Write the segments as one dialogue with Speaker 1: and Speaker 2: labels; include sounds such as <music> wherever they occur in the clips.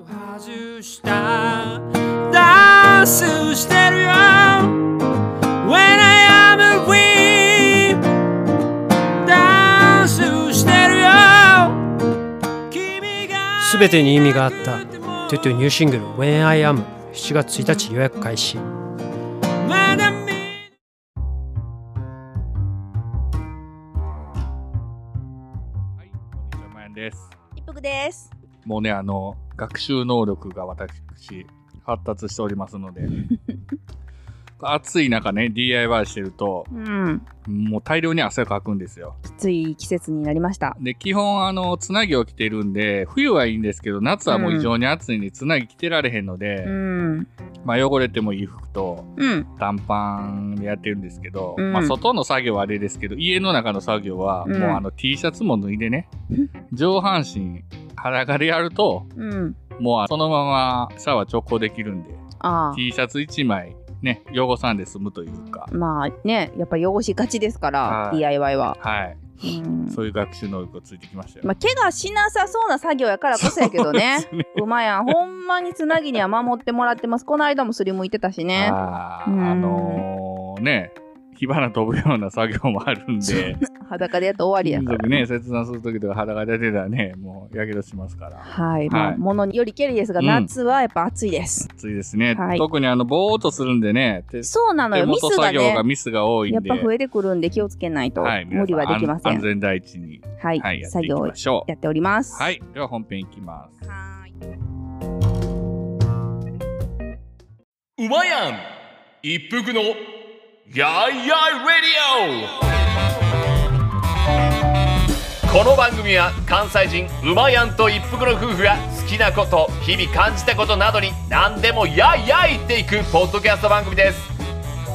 Speaker 1: 外したダンスしてるよ When I am a we ダンスしてるよ君が
Speaker 2: すべてに意味があったトゥトゥニューシングル「When I Am」7月1日予約開始
Speaker 1: まだ見
Speaker 3: はい、こんにちは、まやんです。
Speaker 4: 一服です。
Speaker 3: もうね、あの、学習能力が私、発達しております
Speaker 4: <laughs>
Speaker 3: ので、暑い中ね、DIY してると、
Speaker 4: うん。
Speaker 3: もう大量に汗をかくんですよ。
Speaker 4: きつい季節になりました。
Speaker 3: で、基本、あの、つなぎを着てるんで、冬はいいんですけど、夏はもう異常に暑いんで、つなぎ着てられへんので、
Speaker 4: うん。
Speaker 3: まあ、汚れてもいい服と
Speaker 4: うん。
Speaker 3: 短パンでやってるんですけど、
Speaker 4: うん
Speaker 3: まあ、外の作業はあれですけど、家の中の作業は、
Speaker 4: うん
Speaker 3: もうあの、T シャツも脱いで
Speaker 4: <laughs>
Speaker 3: ね、上半身裸でやると、
Speaker 4: うん。
Speaker 3: もうそのままシャワー直行できるんで、
Speaker 4: あ
Speaker 3: T シャツ1枚、ね、汚さんで済むというか
Speaker 4: あ。、まあね、やっぱ汚しがちですから、
Speaker 3: はい
Speaker 4: DIY は。
Speaker 3: はい、
Speaker 4: うん。
Speaker 3: そういう学習能力がついてきましたよ。
Speaker 4: まあ、怪我しなさそうな作業やからこそやけどね。
Speaker 3: <laughs> そうですね
Speaker 4: うまやん。ほんまにつなぎには守ってもらってます。この間もすりむいてたしね。
Speaker 3: あー
Speaker 4: うん
Speaker 3: あのーね、火花飛ぶような作業もあるんで、
Speaker 4: 裸でやったら終わりや
Speaker 3: 金
Speaker 4: か
Speaker 3: 属
Speaker 4: ら。
Speaker 3: ね、切断するときとか裸で出てたらね、もうやけどしますから。
Speaker 4: はい。ま
Speaker 3: は
Speaker 4: あ、
Speaker 3: い
Speaker 4: ものによりけりですが、
Speaker 3: うん
Speaker 4: 夏はやっぱ暑いです。
Speaker 3: 暑いですね。
Speaker 4: はい
Speaker 3: 特にあの、ぼーっとするんでね、手
Speaker 4: そうなの
Speaker 3: 手
Speaker 4: よ。ミ
Speaker 3: 元
Speaker 4: スが
Speaker 3: 作業が
Speaker 4: ね。
Speaker 3: ミスが多い
Speaker 4: や
Speaker 3: ん
Speaker 4: っ
Speaker 3: で、
Speaker 4: ぱ増えてくるんで気をつけないと、
Speaker 3: はい、皆さん
Speaker 4: 無理はできませ
Speaker 3: 安
Speaker 4: ん
Speaker 3: 安全第一に、
Speaker 4: はい、
Speaker 3: はい、やって
Speaker 4: 作
Speaker 3: いき
Speaker 4: 業
Speaker 3: ましょう。
Speaker 4: やっております
Speaker 3: はい、では本編いきます。
Speaker 4: はーいう
Speaker 5: まやん一服のやいやいレディオこの番組は関西人うまやんと一服の夫婦が好きなこと日々感じたことなどに何でもやいやい言っていくポッドキャスト番組です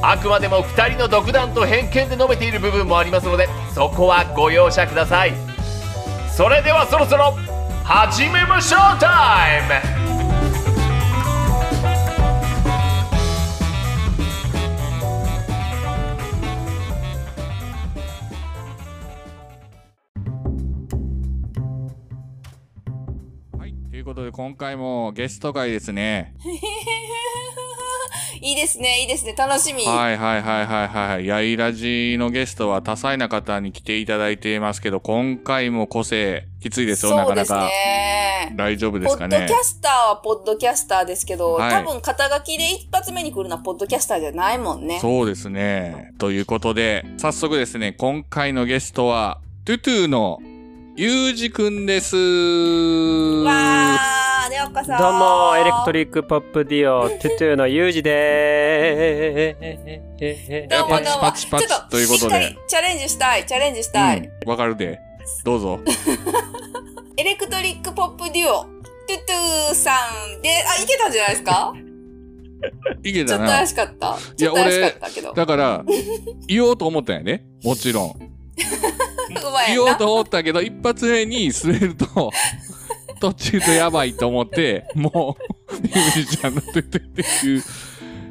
Speaker 5: あくまでも2人の独断と偏見で述べている部分もありますのでそこはご容赦くださいそれではそろそろ始めましょうタイム
Speaker 3: はい、ということで今回もゲスト会ですね。
Speaker 6: いいですね、いいですね、楽しみ。
Speaker 3: はいはいはいはいはい。やいらじのゲストは多彩な方に来ていただいていますけど、今回も個性きついですよ、な
Speaker 6: そ
Speaker 3: か
Speaker 6: うで
Speaker 3: な
Speaker 6: す
Speaker 3: か。
Speaker 6: ね。
Speaker 3: 大丈夫で
Speaker 6: ポ
Speaker 3: す
Speaker 6: ッ
Speaker 3: か
Speaker 6: ド
Speaker 3: ね
Speaker 6: キャ。スターはポッドキャスターですけど、
Speaker 3: はい
Speaker 6: 多分肩書きで一発目に来るのはポッドキャスターじゃないもんね。
Speaker 3: そうですね。ということで、早速ですね、今回のゲストは、トゥトゥのゆうじくんです。
Speaker 6: わー、ねおっかさん。
Speaker 7: どうも、エレクト
Speaker 6: リ
Speaker 7: リックポップディオ、トゥトゥのユージでー
Speaker 6: どうもどう
Speaker 3: パチ
Speaker 6: も。
Speaker 3: パチパチ
Speaker 6: ちょっ
Speaker 3: ということで
Speaker 6: しっかりチャレンジしたい、チャレンジしたい。
Speaker 3: うんわかるで。どう
Speaker 6: <laughs>
Speaker 3: ぞ。
Speaker 6: エレクトリックポップデュオ、トゥトゥさんで、あ、いけたんじゃないですか
Speaker 3: いけ
Speaker 6: ちょ
Speaker 3: た
Speaker 6: っと
Speaker 3: な
Speaker 6: 怪。しかった。
Speaker 3: い
Speaker 6: ちょ
Speaker 3: や
Speaker 6: っと怪しかったけど。
Speaker 3: だから、言おうと思ったんやね。もちろん。
Speaker 6: うまい
Speaker 3: 言おう
Speaker 6: な。
Speaker 3: と思ったけど、一発目に滑る
Speaker 6: <laughs>
Speaker 3: と、途中でやばいと思って、もう、ゆうじちゃんの出てっていう。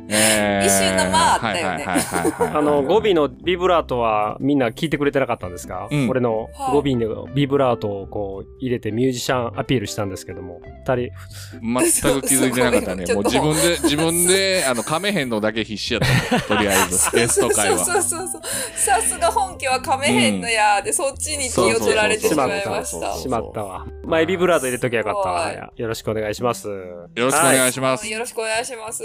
Speaker 3: え
Speaker 6: 一瞬の間あったよね
Speaker 3: はいはいはいはいはい
Speaker 7: あの、語尾のビブラートはみんな聞いてくれてなかったんですか、
Speaker 3: うん
Speaker 7: 俺の
Speaker 6: はい
Speaker 7: 語尾のビブラートをこう入れてミュージシャンアピールしたんですけども、二人、
Speaker 3: 全く気づいてなかったね。
Speaker 6: そう
Speaker 3: もう自分で、自分で、あの、噛めへんのだけ必死やった。とりあえ
Speaker 6: <laughs>
Speaker 3: ず、ゲスト会は。
Speaker 6: そうそうそうそう。さすが本家は噛めへんのやーで、そっちに気を取られてしまいま
Speaker 3: そ
Speaker 6: し
Speaker 3: うそう
Speaker 6: た
Speaker 3: そう。
Speaker 7: しまったわ。前ビブラート入れときゃよかった
Speaker 6: すご
Speaker 7: わ。よろしくお願いします。
Speaker 3: よろしくお願い
Speaker 7: し
Speaker 3: します。
Speaker 6: よろしくお願いします。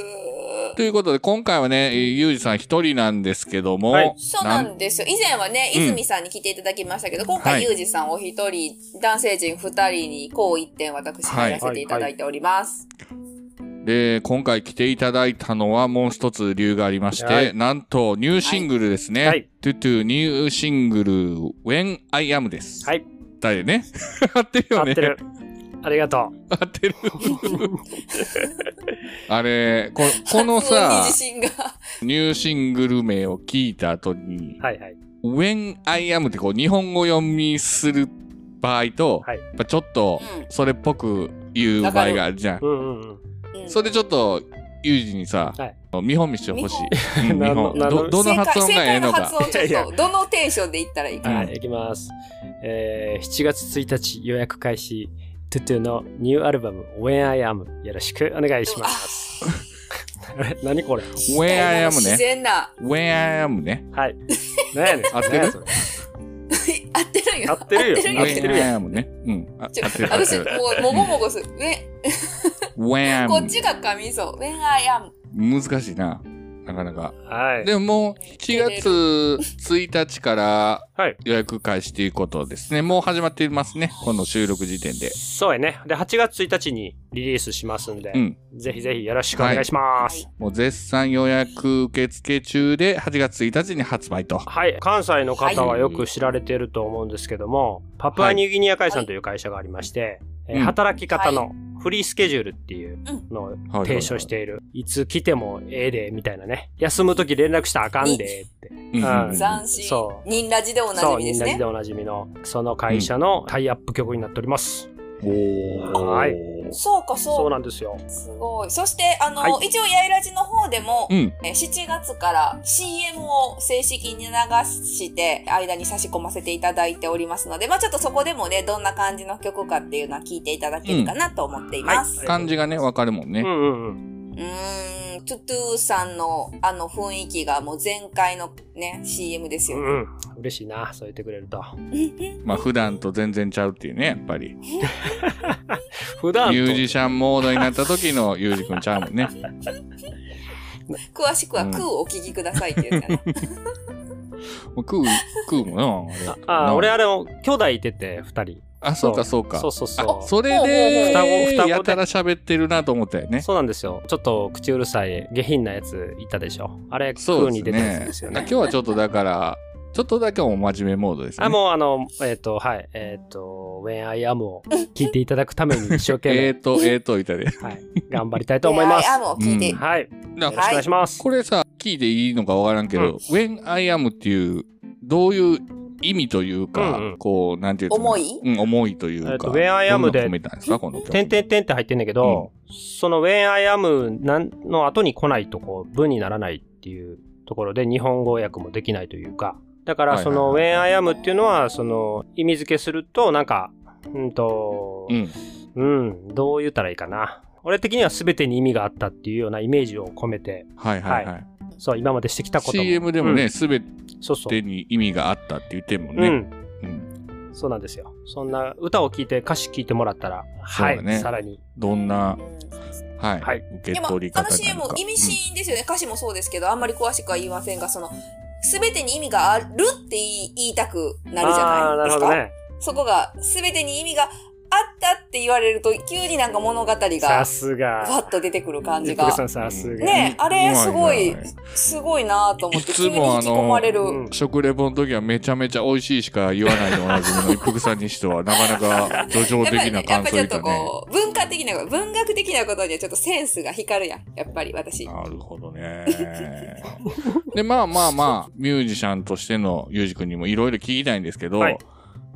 Speaker 3: ということで、今回はね、ゆうじさん一人なんですけども、
Speaker 7: はい
Speaker 6: そうなんですよ。以前はね、
Speaker 3: うん
Speaker 6: 泉さんに来ていただきましたけど、今
Speaker 3: は
Speaker 6: 回、
Speaker 3: い
Speaker 6: ゆうじさんお一人、男性陣二人に、こう一点私がやらせていただいております。
Speaker 3: で、今回来ていただいたのはもう一つ理由がありまして、
Speaker 7: はい
Speaker 3: なんとニューシングルですね。
Speaker 7: はい
Speaker 3: トゥトゥニューシングル When I Am です。
Speaker 7: はい。
Speaker 3: だよね。 <laughs> 合ってる
Speaker 7: 合
Speaker 3: よ
Speaker 7: っ
Speaker 3: ね。
Speaker 7: てる。ありがと
Speaker 3: 合ってる。 <laughs> あれこ、このさ
Speaker 6: 発音に、自信が。
Speaker 3: ニューシングル名を聞いた後に、
Speaker 7: う。はいはい。
Speaker 3: When I Am ってこう日本語読みする場合と、
Speaker 7: はい
Speaker 3: やっぱちょっと
Speaker 6: うん
Speaker 3: それっぽく言う場合があるじゃん
Speaker 7: う。んうんうん。
Speaker 6: うん
Speaker 3: それちょっと、ユージにさ、
Speaker 7: はい
Speaker 3: 見本見してほしい。うん見
Speaker 7: <laughs> な
Speaker 3: 本
Speaker 7: な
Speaker 3: ど、どの発音がええのか。
Speaker 6: 正解正解の発音
Speaker 7: い
Speaker 6: ち
Speaker 7: や
Speaker 6: ょ
Speaker 7: い
Speaker 6: っと、どのテンションで言ったらいいかな。
Speaker 7: はい、行きます。えー、7月1日予約開始、トゥトゥのニューアルバム When I Am よろしくお願いします。
Speaker 3: <laughs>
Speaker 7: 何これ
Speaker 3: When I am
Speaker 6: 自
Speaker 3: ね。
Speaker 6: 然な。 <laughs>
Speaker 3: When I am ね。
Speaker 7: はい。何やねん。
Speaker 3: <laughs> 合ってる
Speaker 7: 何やそれ
Speaker 6: 合ってる
Speaker 7: 合
Speaker 6: よ。
Speaker 7: ってるよ
Speaker 6: 合
Speaker 7: 合
Speaker 6: っ
Speaker 7: ってて
Speaker 6: る
Speaker 7: る
Speaker 6: よ。
Speaker 3: When I am ね。うん。あ合っ
Speaker 6: ちょ
Speaker 3: てる合って
Speaker 6: 私、
Speaker 3: る。
Speaker 6: もう、もごもごする。え
Speaker 3: When
Speaker 6: こっち
Speaker 3: I
Speaker 6: が神そう。When I am。
Speaker 3: am。難しいな。なかなか。
Speaker 7: はい。
Speaker 3: でももう7月1日から
Speaker 7: はい。
Speaker 3: 予約開始ということですね。もう始まっていますね。この収録時点で。
Speaker 7: そうやね。で、8月1日にリリースしますんで、
Speaker 3: うん。
Speaker 7: ぜひぜひよろしくお願いします。
Speaker 3: もう絶賛予約受付中で8月1日に発売と。
Speaker 7: はい、関西の方はよく知られていると思うんですけども、パプアニューギニア会さんという会社がありまして、えー
Speaker 3: うん
Speaker 7: 働き方のフリースケジュールっていうのを
Speaker 3: はい
Speaker 7: 提唱し。ている、いつ来てもええでみたいなね休む時連絡したらあかんでって
Speaker 3: うんうんうん
Speaker 7: うん
Speaker 6: 斬新
Speaker 7: そ。う
Speaker 6: 忍ラジでおな
Speaker 7: そ
Speaker 6: じ
Speaker 7: うみ
Speaker 6: みで
Speaker 7: ん
Speaker 6: す
Speaker 7: な
Speaker 6: ね
Speaker 7: で。おなじみのその会社のタイアップ曲になっております、
Speaker 5: お
Speaker 7: はい
Speaker 6: そうか、そ
Speaker 7: そうう
Speaker 6: か。
Speaker 7: なんですよ
Speaker 6: すごい。そして、あの、
Speaker 7: はい
Speaker 6: 一応、やいラジの方でも、
Speaker 3: うん。
Speaker 6: えー7月から CM を正式に流して、間に差し込ませていただいておりますので、まあちょっとそこでもね、どんな感じの曲かっていうのは聞いていただけるかなと思っています。
Speaker 7: はい
Speaker 3: 漢字がね、わかる
Speaker 7: う
Speaker 3: もん
Speaker 7: ん
Speaker 3: ね。
Speaker 7: うんうん
Speaker 6: うーん、トゥトゥさんのあの雰囲気がもう前回のね、CM です
Speaker 7: う
Speaker 6: よ。
Speaker 7: んうん嬉しいなそう言ってくれると
Speaker 3: まあ普段と全然ちゃうっていうね、やっぱり。
Speaker 7: 普段と
Speaker 3: ミュージシャンモードになった時のゆうじくんちゃうもんね。
Speaker 6: <laughs> 詳しくは、
Speaker 3: うん
Speaker 6: クーをお聞きくださいっていうやつやな。
Speaker 3: もう食う、食うもんな。あれ
Speaker 7: あ
Speaker 3: な
Speaker 7: あ俺あれを兄弟いてて2人
Speaker 3: あ、そうかそうか。
Speaker 7: そうそうそう
Speaker 3: あ、それで、
Speaker 7: 双子双子で
Speaker 3: やたら喋ってるなと思ったよね。
Speaker 7: そうなんですよ。ちょっと口うるさい下品なやついたでしょ。あれ、
Speaker 3: そ
Speaker 7: 空
Speaker 3: う
Speaker 7: に
Speaker 3: で
Speaker 7: 出
Speaker 3: す
Speaker 7: たやつ
Speaker 3: ね
Speaker 7: で。すよ
Speaker 3: あ
Speaker 7: ね。
Speaker 3: 今日はちょっとだから、ちょっとだけお真面目モードですね。
Speaker 7: あ、もうあの、えっ、と、はい、えっ、と、When I Am を聞いていただくために一生懸
Speaker 3: <laughs> え
Speaker 7: 命、
Speaker 3: ーと、えーと、いたで。
Speaker 7: はい、頑張りたいと思います。
Speaker 6: アムを聞いて、
Speaker 3: うん
Speaker 7: はい、よ
Speaker 3: な
Speaker 7: ろしくお願いします。
Speaker 3: これさ、聞いていいのかわからんけど、When I am っていう、どういう意味というか、
Speaker 7: うんうん
Speaker 3: こう、なんていうの
Speaker 6: 思い
Speaker 3: うん、思いというか。
Speaker 7: えっと When I am
Speaker 3: どんな
Speaker 7: で
Speaker 3: 込めたんですか、この曲。
Speaker 7: 点々点って入ってんだけど、その When I Am なんの後に来ないとこう文にならないっていうところで日本語訳もできないというか、だからその
Speaker 3: はい
Speaker 7: When I Am っていうのはその意味付けするとなんか、うんと、
Speaker 3: うん。
Speaker 7: うん、どう言ったらいいかな。俺的には全てに意味があったっていうようなイメージを込めて、
Speaker 3: はいはいはい。
Speaker 7: そう、今までしてきたことも
Speaker 3: CM でも
Speaker 7: う
Speaker 3: ね、
Speaker 7: ん
Speaker 3: すべ
Speaker 7: そうそう。
Speaker 3: てに意味があったって言ってるもん
Speaker 7: う
Speaker 3: ね。
Speaker 7: ん、
Speaker 3: うん
Speaker 7: そうなんですよ。そんな歌を聴いて、歌詞聴いてもらったら、
Speaker 3: そう
Speaker 7: は
Speaker 3: だ
Speaker 7: い、
Speaker 3: ね
Speaker 7: さらに。
Speaker 3: どんな、はい、
Speaker 7: はい
Speaker 3: 受
Speaker 6: で
Speaker 3: け
Speaker 6: も
Speaker 3: 取り
Speaker 6: あ
Speaker 3: 方
Speaker 6: の
Speaker 3: になる
Speaker 6: CM
Speaker 3: か。
Speaker 6: 意味深ですよね、歌詞もそうですけどあんまり詳しくは言いませんがその全てに意味があるって言い言いたくなるじ
Speaker 7: あ
Speaker 6: ゃ
Speaker 7: あー、
Speaker 6: な
Speaker 7: ないる
Speaker 6: です
Speaker 7: ほ
Speaker 6: か、
Speaker 7: どね。
Speaker 6: そこが全てに意味があったって言われると急になんか物語
Speaker 7: さ
Speaker 6: が
Speaker 7: す
Speaker 6: わ
Speaker 7: が。
Speaker 6: っと出てくる感じ
Speaker 7: ゆっくり
Speaker 6: が
Speaker 7: さんさすが。
Speaker 6: ねえあれ
Speaker 3: うまな
Speaker 6: すごいすごいなと思って
Speaker 3: い
Speaker 6: 急
Speaker 3: つ
Speaker 6: に
Speaker 3: も
Speaker 6: 引き込まれる、
Speaker 7: うん
Speaker 3: 食レポの時はめちゃめちゃ美味しいしか言わないのおなじみの一服さんにしてはなかなか土
Speaker 6: や
Speaker 3: 壌
Speaker 6: っぱ
Speaker 3: 的
Speaker 6: り
Speaker 3: な
Speaker 6: ねやっ
Speaker 3: 感想
Speaker 6: ぱちょ
Speaker 3: 言
Speaker 6: っ
Speaker 3: ったね。
Speaker 6: とこう、文化的な、文学的なことにはちょっとセンスが光るやん。やっぱり私。
Speaker 3: なるほどね。で、まあまあまあ、ミュージシャンとしてのゆうじくんにもいろいろ聞きたいんですけど、
Speaker 7: はい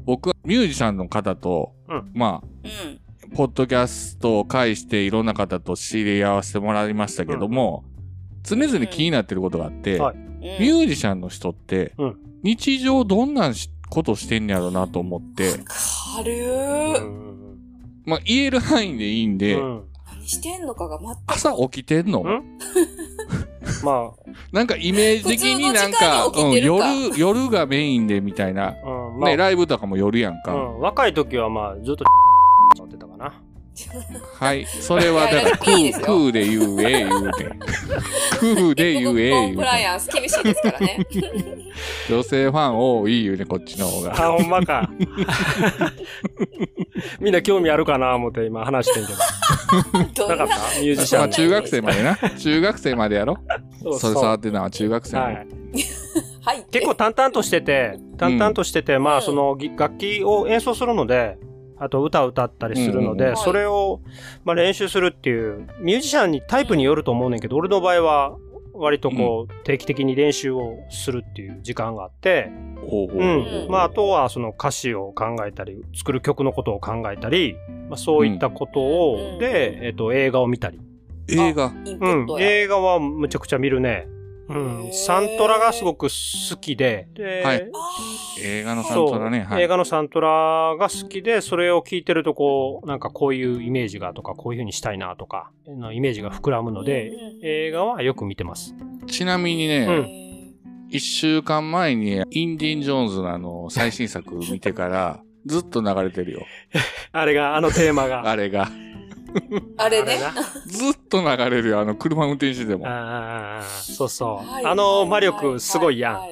Speaker 3: 僕はミュージシャンの方と、
Speaker 7: うん
Speaker 3: まあ、
Speaker 6: うん。
Speaker 3: ポッドキャストを介していろんな方と知り合わせてもらいましたけども、常々気になってることがあって、
Speaker 7: うんはい
Speaker 6: うん
Speaker 3: ミュージシャンの人って、
Speaker 7: うん
Speaker 3: 日常どんなしことしてんねやろなと思って、
Speaker 6: 軽
Speaker 7: うん
Speaker 6: ー。
Speaker 3: まあ言える範囲でいいん
Speaker 7: う
Speaker 3: で、
Speaker 7: ん。
Speaker 6: 何してんのかが全く。
Speaker 3: 朝起きてんの
Speaker 7: んま
Speaker 3: なんかイメージ的になんか
Speaker 6: 普通の時間に起きてるか
Speaker 3: うん、夜、夜がメインでみたいな。
Speaker 7: あ、うん、まあ、
Speaker 3: ね、ライブとかも夜やん
Speaker 7: う
Speaker 3: か。
Speaker 7: ん、若い時はまあ、ずっと、乗ってたか
Speaker 3: <laughs>
Speaker 7: な。
Speaker 3: はい。それはだから、ク
Speaker 6: <laughs> いやいやいい
Speaker 3: ー、
Speaker 6: ですよ
Speaker 3: クーで言うえ、言う
Speaker 6: <laughs>
Speaker 3: て。クーで言うえ、
Speaker 6: コ
Speaker 3: 言
Speaker 6: ン
Speaker 3: う
Speaker 6: プライ
Speaker 3: て。
Speaker 6: アンス厳しいですか
Speaker 7: <laughs>
Speaker 6: らね。
Speaker 3: 女性ファン多い言うね、こっちの方が。
Speaker 7: あ、ほんま
Speaker 3: <laughs>
Speaker 7: か。みんな興味あるかな思って今話してんけ
Speaker 6: ど
Speaker 7: ど。なんかっ
Speaker 6: な。
Speaker 7: たミュージシ
Speaker 3: ま
Speaker 7: ャ
Speaker 3: あ
Speaker 7: ン。
Speaker 3: 中学生までな。中学生までやろ。
Speaker 7: そう
Speaker 3: それ触ってるのは中学生ま
Speaker 7: は
Speaker 3: で。
Speaker 7: い。
Speaker 6: はい。
Speaker 7: 結構淡々としてて、淡々としてて、まあそのぎ楽器を演奏するので、あと歌を歌ったりするの
Speaker 3: うんうん
Speaker 7: で、
Speaker 6: うん
Speaker 7: それを、まあ、練習するっていう、ミュージシャンにタイプによると思うねんけど、俺の場合は、割とこう、定期的に練習をするっていう時間があって、
Speaker 3: ほうほう
Speaker 7: うん。まああとはその歌詞を考えたり、作る曲のことを考えたり、まあそういったことを、
Speaker 6: うん
Speaker 7: で、えっ、と、映画を見たり。
Speaker 3: 映画。
Speaker 6: インプ
Speaker 7: う
Speaker 6: ッ
Speaker 7: ん
Speaker 6: ト。や。
Speaker 7: 映画はむちゃくちゃ見るね。うん、サントラがすごく好きで、で
Speaker 3: はい映画のサントラね。
Speaker 7: そう
Speaker 3: はい。
Speaker 7: 映画のサントラが好きで、それを聞いてるとこう、なんかこういうイメージがとか、こういう風にしたいなとか、のイメージが膨らむので、映画はよく見てます。
Speaker 3: ちなみに
Speaker 7: う
Speaker 3: ね、
Speaker 7: ん
Speaker 3: 一、週間前に、インディ・ン・ジョーンズのあの、最新作見てから、ずっと流れてるよ。
Speaker 7: あれが、あのテーマが。
Speaker 3: あれが。
Speaker 6: あれね。
Speaker 7: あな
Speaker 3: ずっと流れるよ。あの、車運転してても。
Speaker 7: あーそうそう。
Speaker 6: はい
Speaker 7: あの魔力すごいやん。
Speaker 6: はは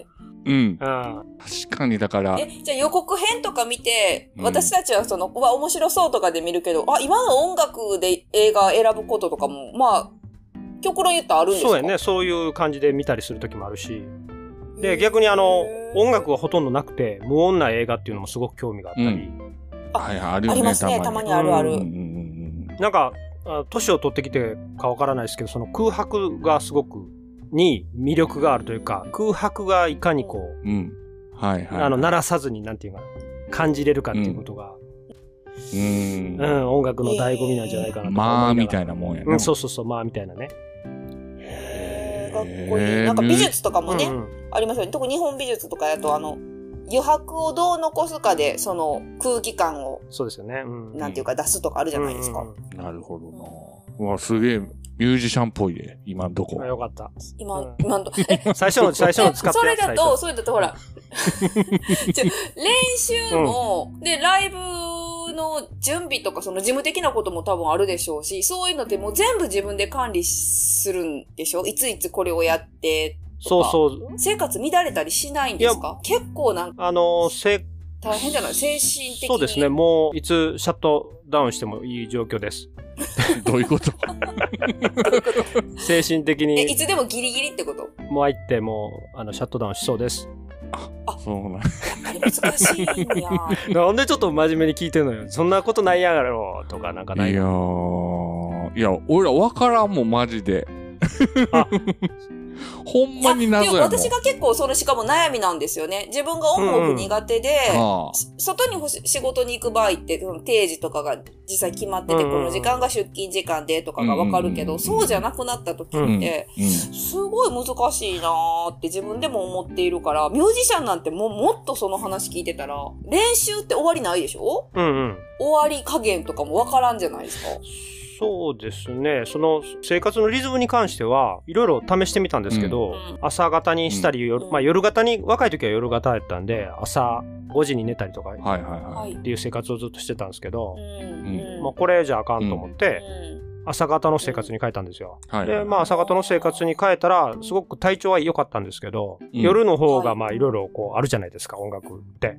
Speaker 3: うん。
Speaker 7: あ
Speaker 3: 確かに、だから
Speaker 6: は、いえ、じゃあ予告編とか見て、
Speaker 3: うん
Speaker 6: 私たちはその、うわ、面白そうとかで見るけど、あ、今の音楽で映画選ぶこととかも、まあ、極論言ったらあるんですか
Speaker 7: そうやね。そういう感じで見たりするときもあるし。
Speaker 6: へ
Speaker 7: で、
Speaker 6: ー
Speaker 7: 逆にあの、音楽がほとんどなくて、無音な映画っていうのもすごく興味があったり、
Speaker 3: うはい、あるよね、
Speaker 6: ありますね、たまにあるある。
Speaker 3: うんうん
Speaker 7: なんか、あ年を取ってきてかわからないですけど、その空白がすごく、に魅力があるというか、空白がいかにこう、
Speaker 3: うんうん。うん。はいはい。
Speaker 7: あの、鳴らさずに、なんていうか、感じれるかっていうことが、
Speaker 3: う
Speaker 7: うんん、。音楽の醍醐味なんじゃないかなと
Speaker 3: まあ、み
Speaker 7: い
Speaker 3: たいなもんや
Speaker 7: な。う
Speaker 3: ね。
Speaker 7: ん、そうそうそう、まあ、みたいなね。
Speaker 6: へ
Speaker 3: へー
Speaker 6: ーかっこいい。なんか美術とかもね、
Speaker 7: うんうん
Speaker 6: ありますよね。特に日本美術とかだと、あの、余白をどう残すかで、その空気感を、
Speaker 7: そうですよね。うん。
Speaker 6: なんていうか出すとかあるじゃないですか。
Speaker 7: うんうんうん
Speaker 3: なるほどな。うわ、すげえ、ミュージシャンっぽいで、今どこ
Speaker 7: あ。よかった。
Speaker 6: 今、
Speaker 7: うん <laughs>
Speaker 6: 今のと、え、
Speaker 7: 最初の、
Speaker 3: <laughs>
Speaker 7: 最初の使って
Speaker 6: <laughs> それだ
Speaker 7: 最初の
Speaker 6: と、それだとほ
Speaker 7: <laughs>
Speaker 6: ら、ちょ練習も、で、ライブの準備とか、その事務的なことも多分あるでしょうし、そういうのってもう全部自分で管理するんでしょいついつこれをやって、
Speaker 7: そうそう。
Speaker 6: 生活乱れたりしないんですか結構なんか
Speaker 7: あの、せ
Speaker 6: 大変じゃない精神的に。
Speaker 7: そうですね。。もう、いつシャットダウンしてもいい状況です。
Speaker 3: どういうこと <laughs>
Speaker 7: 精神的
Speaker 6: え、
Speaker 7: に
Speaker 6: いつでもギリギリってこと
Speaker 7: 参って、もう、あの、シャットダウンしそうです。
Speaker 3: そうなん。
Speaker 6: あれ難しいんや。
Speaker 7: <laughs> なんでちょっと真面目に聞いてんのよ。そんなことないやろ、とか、なんかないい
Speaker 3: やー、いや、俺らわからんもん、マジで
Speaker 7: あ。
Speaker 3: <laughs> <laughs> ほんまに謎
Speaker 6: い
Speaker 3: や
Speaker 6: や
Speaker 3: もん。
Speaker 6: 私が結構それしかも悩みなんですよね。自分が音楽苦手で、
Speaker 3: ああ
Speaker 6: し外にほし仕事に行く場合って、その定時とかが実際決まってて、
Speaker 7: うんうん
Speaker 6: この時間が出勤時間でとかがわかる
Speaker 3: うん
Speaker 6: けど、
Speaker 3: うんうん
Speaker 6: そうじゃなくなった時って、
Speaker 7: うん
Speaker 3: うん
Speaker 6: すごい難しいなーって自分でも思っているから、ミュージシャンなんてもうもっとその話聞いてたら、練習って終わりないでしょ
Speaker 7: うんうん。
Speaker 6: 終わり加減とかもわからんじゃないですか。
Speaker 7: そうですね。その、生活のリズムに関しては、いろいろ試してみたんですけど、
Speaker 6: うん
Speaker 7: 朝型にしたり、夜
Speaker 6: うん
Speaker 7: まあ夜型に、若い時は夜型やったんで、朝5時に寝たりとか、っ
Speaker 3: はいはいは。
Speaker 6: はいい。
Speaker 7: ていう生活をずっとしてたんですけど
Speaker 6: う、ん。
Speaker 3: ん
Speaker 7: まあこれじゃあかんと思って、
Speaker 6: うん
Speaker 7: 朝型の生活に変えたんですよ。
Speaker 3: はいはい
Speaker 7: で、まあ、朝方の生活に変えたら、すごく体調は良かったんですけど、
Speaker 3: うん
Speaker 7: 夜の方が、ま
Speaker 6: は
Speaker 7: あ、
Speaker 6: い
Speaker 7: いろいろこう、あるじゃないですか、音楽って。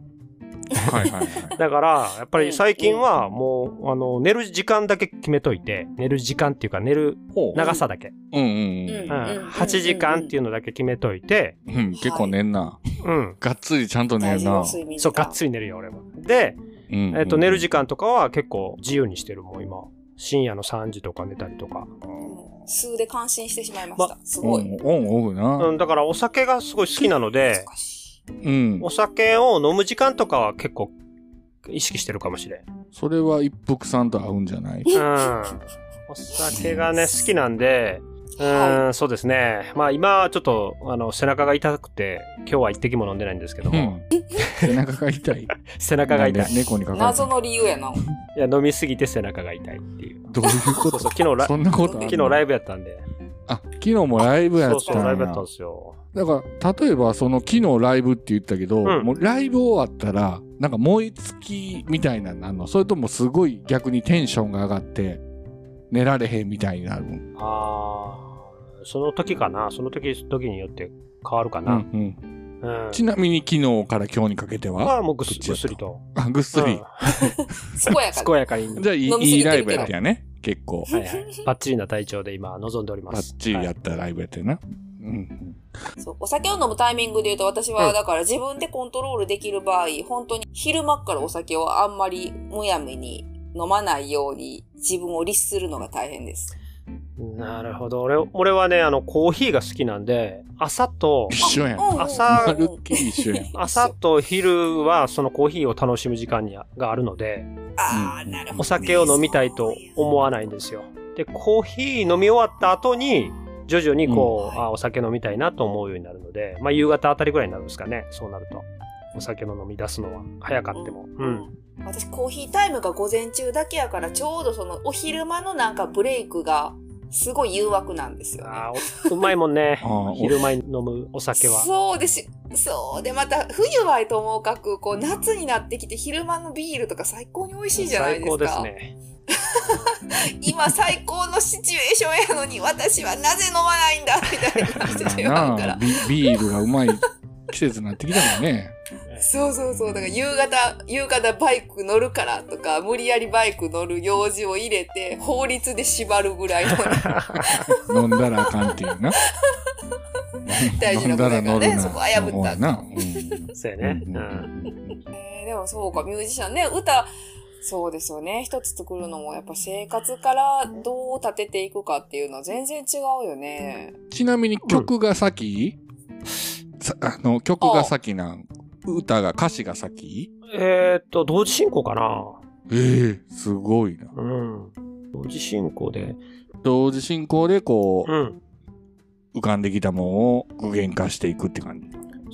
Speaker 3: はいはいはい。
Speaker 6: <laughs>
Speaker 7: だから、やっぱり最近は、もう、あの、寝る時間だけ決めといて、寝る時間っていうか、寝る
Speaker 3: ほう。
Speaker 7: 長さだけ。
Speaker 3: うんうん
Speaker 6: う
Speaker 7: うんん。
Speaker 6: うんうん
Speaker 7: 8時間っていうのだけ決めといて、
Speaker 3: うん。うん、結構寝んな。
Speaker 7: うん。
Speaker 3: がっつりちゃんと寝
Speaker 6: 大
Speaker 3: る
Speaker 6: 事な
Speaker 3: な。
Speaker 6: 睡眠時
Speaker 7: そ
Speaker 6: 間
Speaker 7: う、がっつり寝るよ、俺は。で、
Speaker 3: うんうん
Speaker 7: えっと、寝る時間とかは結構自由にしてる、もう今。深夜の3時とか寝たりとか。
Speaker 6: 数で感心してしまいました。す
Speaker 3: オ
Speaker 6: ごい。
Speaker 3: ン、オン、オフ
Speaker 7: う
Speaker 3: な。
Speaker 7: ん、だからお酒がすごい好きなので、
Speaker 6: 難しい
Speaker 3: うん。
Speaker 7: お酒を飲む時間とかは結構意識してるかもしれん。
Speaker 3: それは一服さんと合うんじゃない
Speaker 7: うん。お酒がね、好きなんで、うん、そうですね。まあ今はちょっと、あの、背中が痛くて、今日は一滴も飲んでないんですけど
Speaker 3: う
Speaker 7: も、
Speaker 6: <laughs>
Speaker 3: ん。背中が痛い。
Speaker 7: 背中が痛
Speaker 3: なん
Speaker 7: い。
Speaker 3: で猫にかかる。
Speaker 6: 謎の理由
Speaker 7: <laughs>
Speaker 6: やな。
Speaker 7: いや、飲みすぎて背中が痛いっていう。
Speaker 3: どういう
Speaker 7: そ
Speaker 3: こ
Speaker 7: う
Speaker 3: と
Speaker 7: そう、昨日ラ、
Speaker 3: そんなことある
Speaker 7: 昨日ライブやったんで。
Speaker 3: あ、昨日もライブや
Speaker 7: そ
Speaker 3: っ
Speaker 7: うそ
Speaker 3: た
Speaker 7: う、
Speaker 3: んや
Speaker 7: ライブやったんですよ。
Speaker 3: だから、例えば、その、昨日ライブって言ったけど、
Speaker 7: うん
Speaker 3: もうライブ終わったら、なんか燃え尽きみたいなのなんのそれともすごい逆にテンションが上がって、寝られへんみたいになるの
Speaker 7: あー、その時かな、その時、時によって変わるか
Speaker 3: うん
Speaker 7: な。
Speaker 3: うん
Speaker 7: うん。
Speaker 3: ちなみに昨日から今日にかけて
Speaker 7: ま
Speaker 3: は
Speaker 7: あ、もうぐっす
Speaker 3: どっち
Speaker 7: ぐ
Speaker 3: や
Speaker 7: っ
Speaker 3: っ
Speaker 7: す
Speaker 3: た
Speaker 7: りと。
Speaker 3: あ、ぐっすり。
Speaker 6: 健や
Speaker 7: うん
Speaker 6: か
Speaker 7: 健
Speaker 6: で。
Speaker 7: やかに。
Speaker 3: じゃあいい、
Speaker 6: 飲み
Speaker 3: い
Speaker 6: す
Speaker 3: い
Speaker 6: ぎてるけど
Speaker 3: ライブやったよね。結構。
Speaker 7: はい
Speaker 6: <laughs>
Speaker 7: はい。バッチリな体調で今、望んでおりま
Speaker 3: バ
Speaker 7: す。
Speaker 3: ッチリや
Speaker 7: は
Speaker 3: っ
Speaker 7: い
Speaker 3: たライブやったよな。うん。
Speaker 6: そう。お酒を飲むタイミングで言うと、私
Speaker 7: う
Speaker 6: は
Speaker 7: ん
Speaker 6: だから自分でコントロールできる場合、本当に昼間っからお酒をあんまりむやみに飲まないように自分を律するのが大変です。
Speaker 7: なるほど。俺、俺はね、あの、コーヒーが好きなんで、朝
Speaker 3: <laughs>
Speaker 7: と、
Speaker 3: 一緒やん。
Speaker 6: うんうん
Speaker 7: 朝
Speaker 3: まるっきり一緒やん。
Speaker 7: 朝と昼はそのコーヒーを楽しむ時間にあがあるので、
Speaker 6: ああ、なるほど。
Speaker 7: お酒を飲みたいと思わないんですよ。で、コーヒー飲み終わった後に、徐々にこう、あお酒飲みたいなと思うようになるので、まあ、夕方あたりぐらいになるんですかねそうなるとお酒の飲み出すのは早かっても、うん
Speaker 6: 私コーヒータイムが午前中だけやからちょうどそのお昼間のなんかブレイクがすごい誘惑なんですよね。
Speaker 7: あーおうま <laughs> いもんね
Speaker 3: <laughs> あー
Speaker 7: 昼前に飲むお酒は
Speaker 6: そうです。そう。で、また、冬はともかく、こう、夏になってきて、昼間のビールとか最高に美味しいじゃない
Speaker 7: 最
Speaker 6: で
Speaker 7: 高
Speaker 6: す
Speaker 7: で
Speaker 6: か。
Speaker 7: すね
Speaker 6: 今最高のシチュエーションやのに、私はなぜ飲まないんだみたいに
Speaker 7: <laughs>
Speaker 6: なってしまうか
Speaker 3: なあ
Speaker 6: ら。
Speaker 3: ビビールがうまい季節になってきたもんね。
Speaker 6: そうそうそう。だから、夕方、夕方バイク乗るからとか、無理やりバイク乗る用事を入れて、法律で縛るぐらい
Speaker 7: <laughs>
Speaker 6: の
Speaker 3: 飲んだらあかんっていうな。
Speaker 6: <laughs> 大事
Speaker 3: 飲飲
Speaker 6: な
Speaker 3: ん
Speaker 6: こ
Speaker 3: だ
Speaker 6: と
Speaker 3: ら
Speaker 6: やから
Speaker 3: 乗る
Speaker 6: ね。
Speaker 3: な。
Speaker 6: そこは破った
Speaker 3: そうやな。うん
Speaker 7: そうやね、
Speaker 3: うん
Speaker 7: うん
Speaker 6: えーでもそうか、ミュージシャンね、歌、そうですよね。一つ作るのも、やっぱ生活からどう立てていくかっていうのは全然違うよね。
Speaker 3: ちなみに曲が先、さあの曲が先なん歌が歌詞が先
Speaker 7: えーっと同時進行かな
Speaker 3: ええすごいな。
Speaker 7: うん同時進行で
Speaker 3: 同時進行でこ
Speaker 7: うん
Speaker 3: う浮かんできたもんを具現化していくって感じ。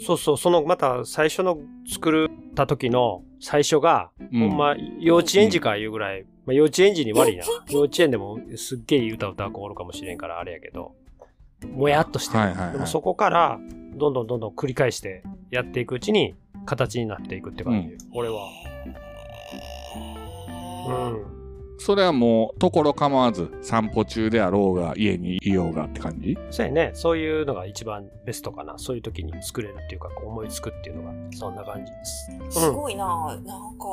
Speaker 7: そうそうそのまた最初の作った時の最初が
Speaker 3: うん
Speaker 7: ほんま、幼稚園児かいうぐらい、まあ、幼稚園児に悪いな。幼稚園でもすっげえいい歌歌う子おるかもしれんから、あれやけど、もやっとしてる。
Speaker 3: はいはいはい
Speaker 7: でもそこから、どんどんどんどん繰り返してやっていくうちに、形になっていくって感じ。
Speaker 3: う
Speaker 7: 俺は。うん。
Speaker 3: それはもうところ構わず散歩中であろうが家にいようがって感じ
Speaker 7: そうやね。そういうのが一番ベストかな。そういう時に作れるっていうか、こう思いつくっていうのが、そんな感じです。
Speaker 6: す
Speaker 7: うん。
Speaker 6: ごいななんか、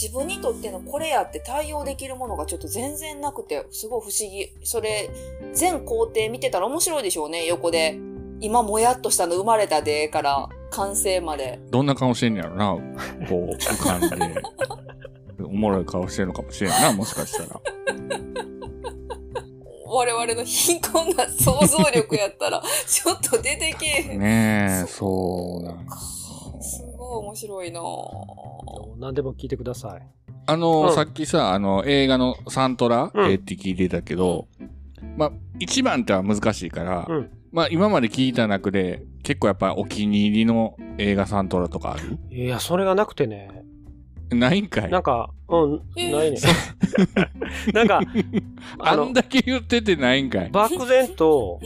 Speaker 6: 自分にとってのこれやって対応できるものがちょっと全然なくて、すごい不思議。それ、全工程見てたら面白いでしょうね、横で。今、もやっとしたの生まれたでから、完成まで。
Speaker 3: どんな顔してんね
Speaker 7: <laughs>
Speaker 3: やろなこう浮かんでおもろい顔してるのかもしれんなもしかした
Speaker 7: <laughs>
Speaker 3: ら
Speaker 6: 我々の貧困な想像力やった <laughs> ら、ちょっと出てけえへん。
Speaker 3: ねえそうなんです
Speaker 6: す
Speaker 3: よ
Speaker 6: ごい面白いなぁ
Speaker 7: 何でも聞いてください。
Speaker 3: あの、
Speaker 7: うん
Speaker 3: さっきさあの映画のサントラ、
Speaker 7: うん
Speaker 3: えーって聞いてたけど、まあ一番っては難しいから、
Speaker 7: うん
Speaker 3: まあ今まで聞いた中で結構やっぱお気に入りの映画サントラとかある
Speaker 7: いや、それがなくてね。
Speaker 3: ないんかい
Speaker 7: なんか、うん、
Speaker 6: えー
Speaker 7: ないね。なん
Speaker 3: <laughs>
Speaker 7: か、
Speaker 3: あ
Speaker 7: あ
Speaker 3: ん
Speaker 7: の、
Speaker 3: だけ言っててないんかい
Speaker 7: 漠然と、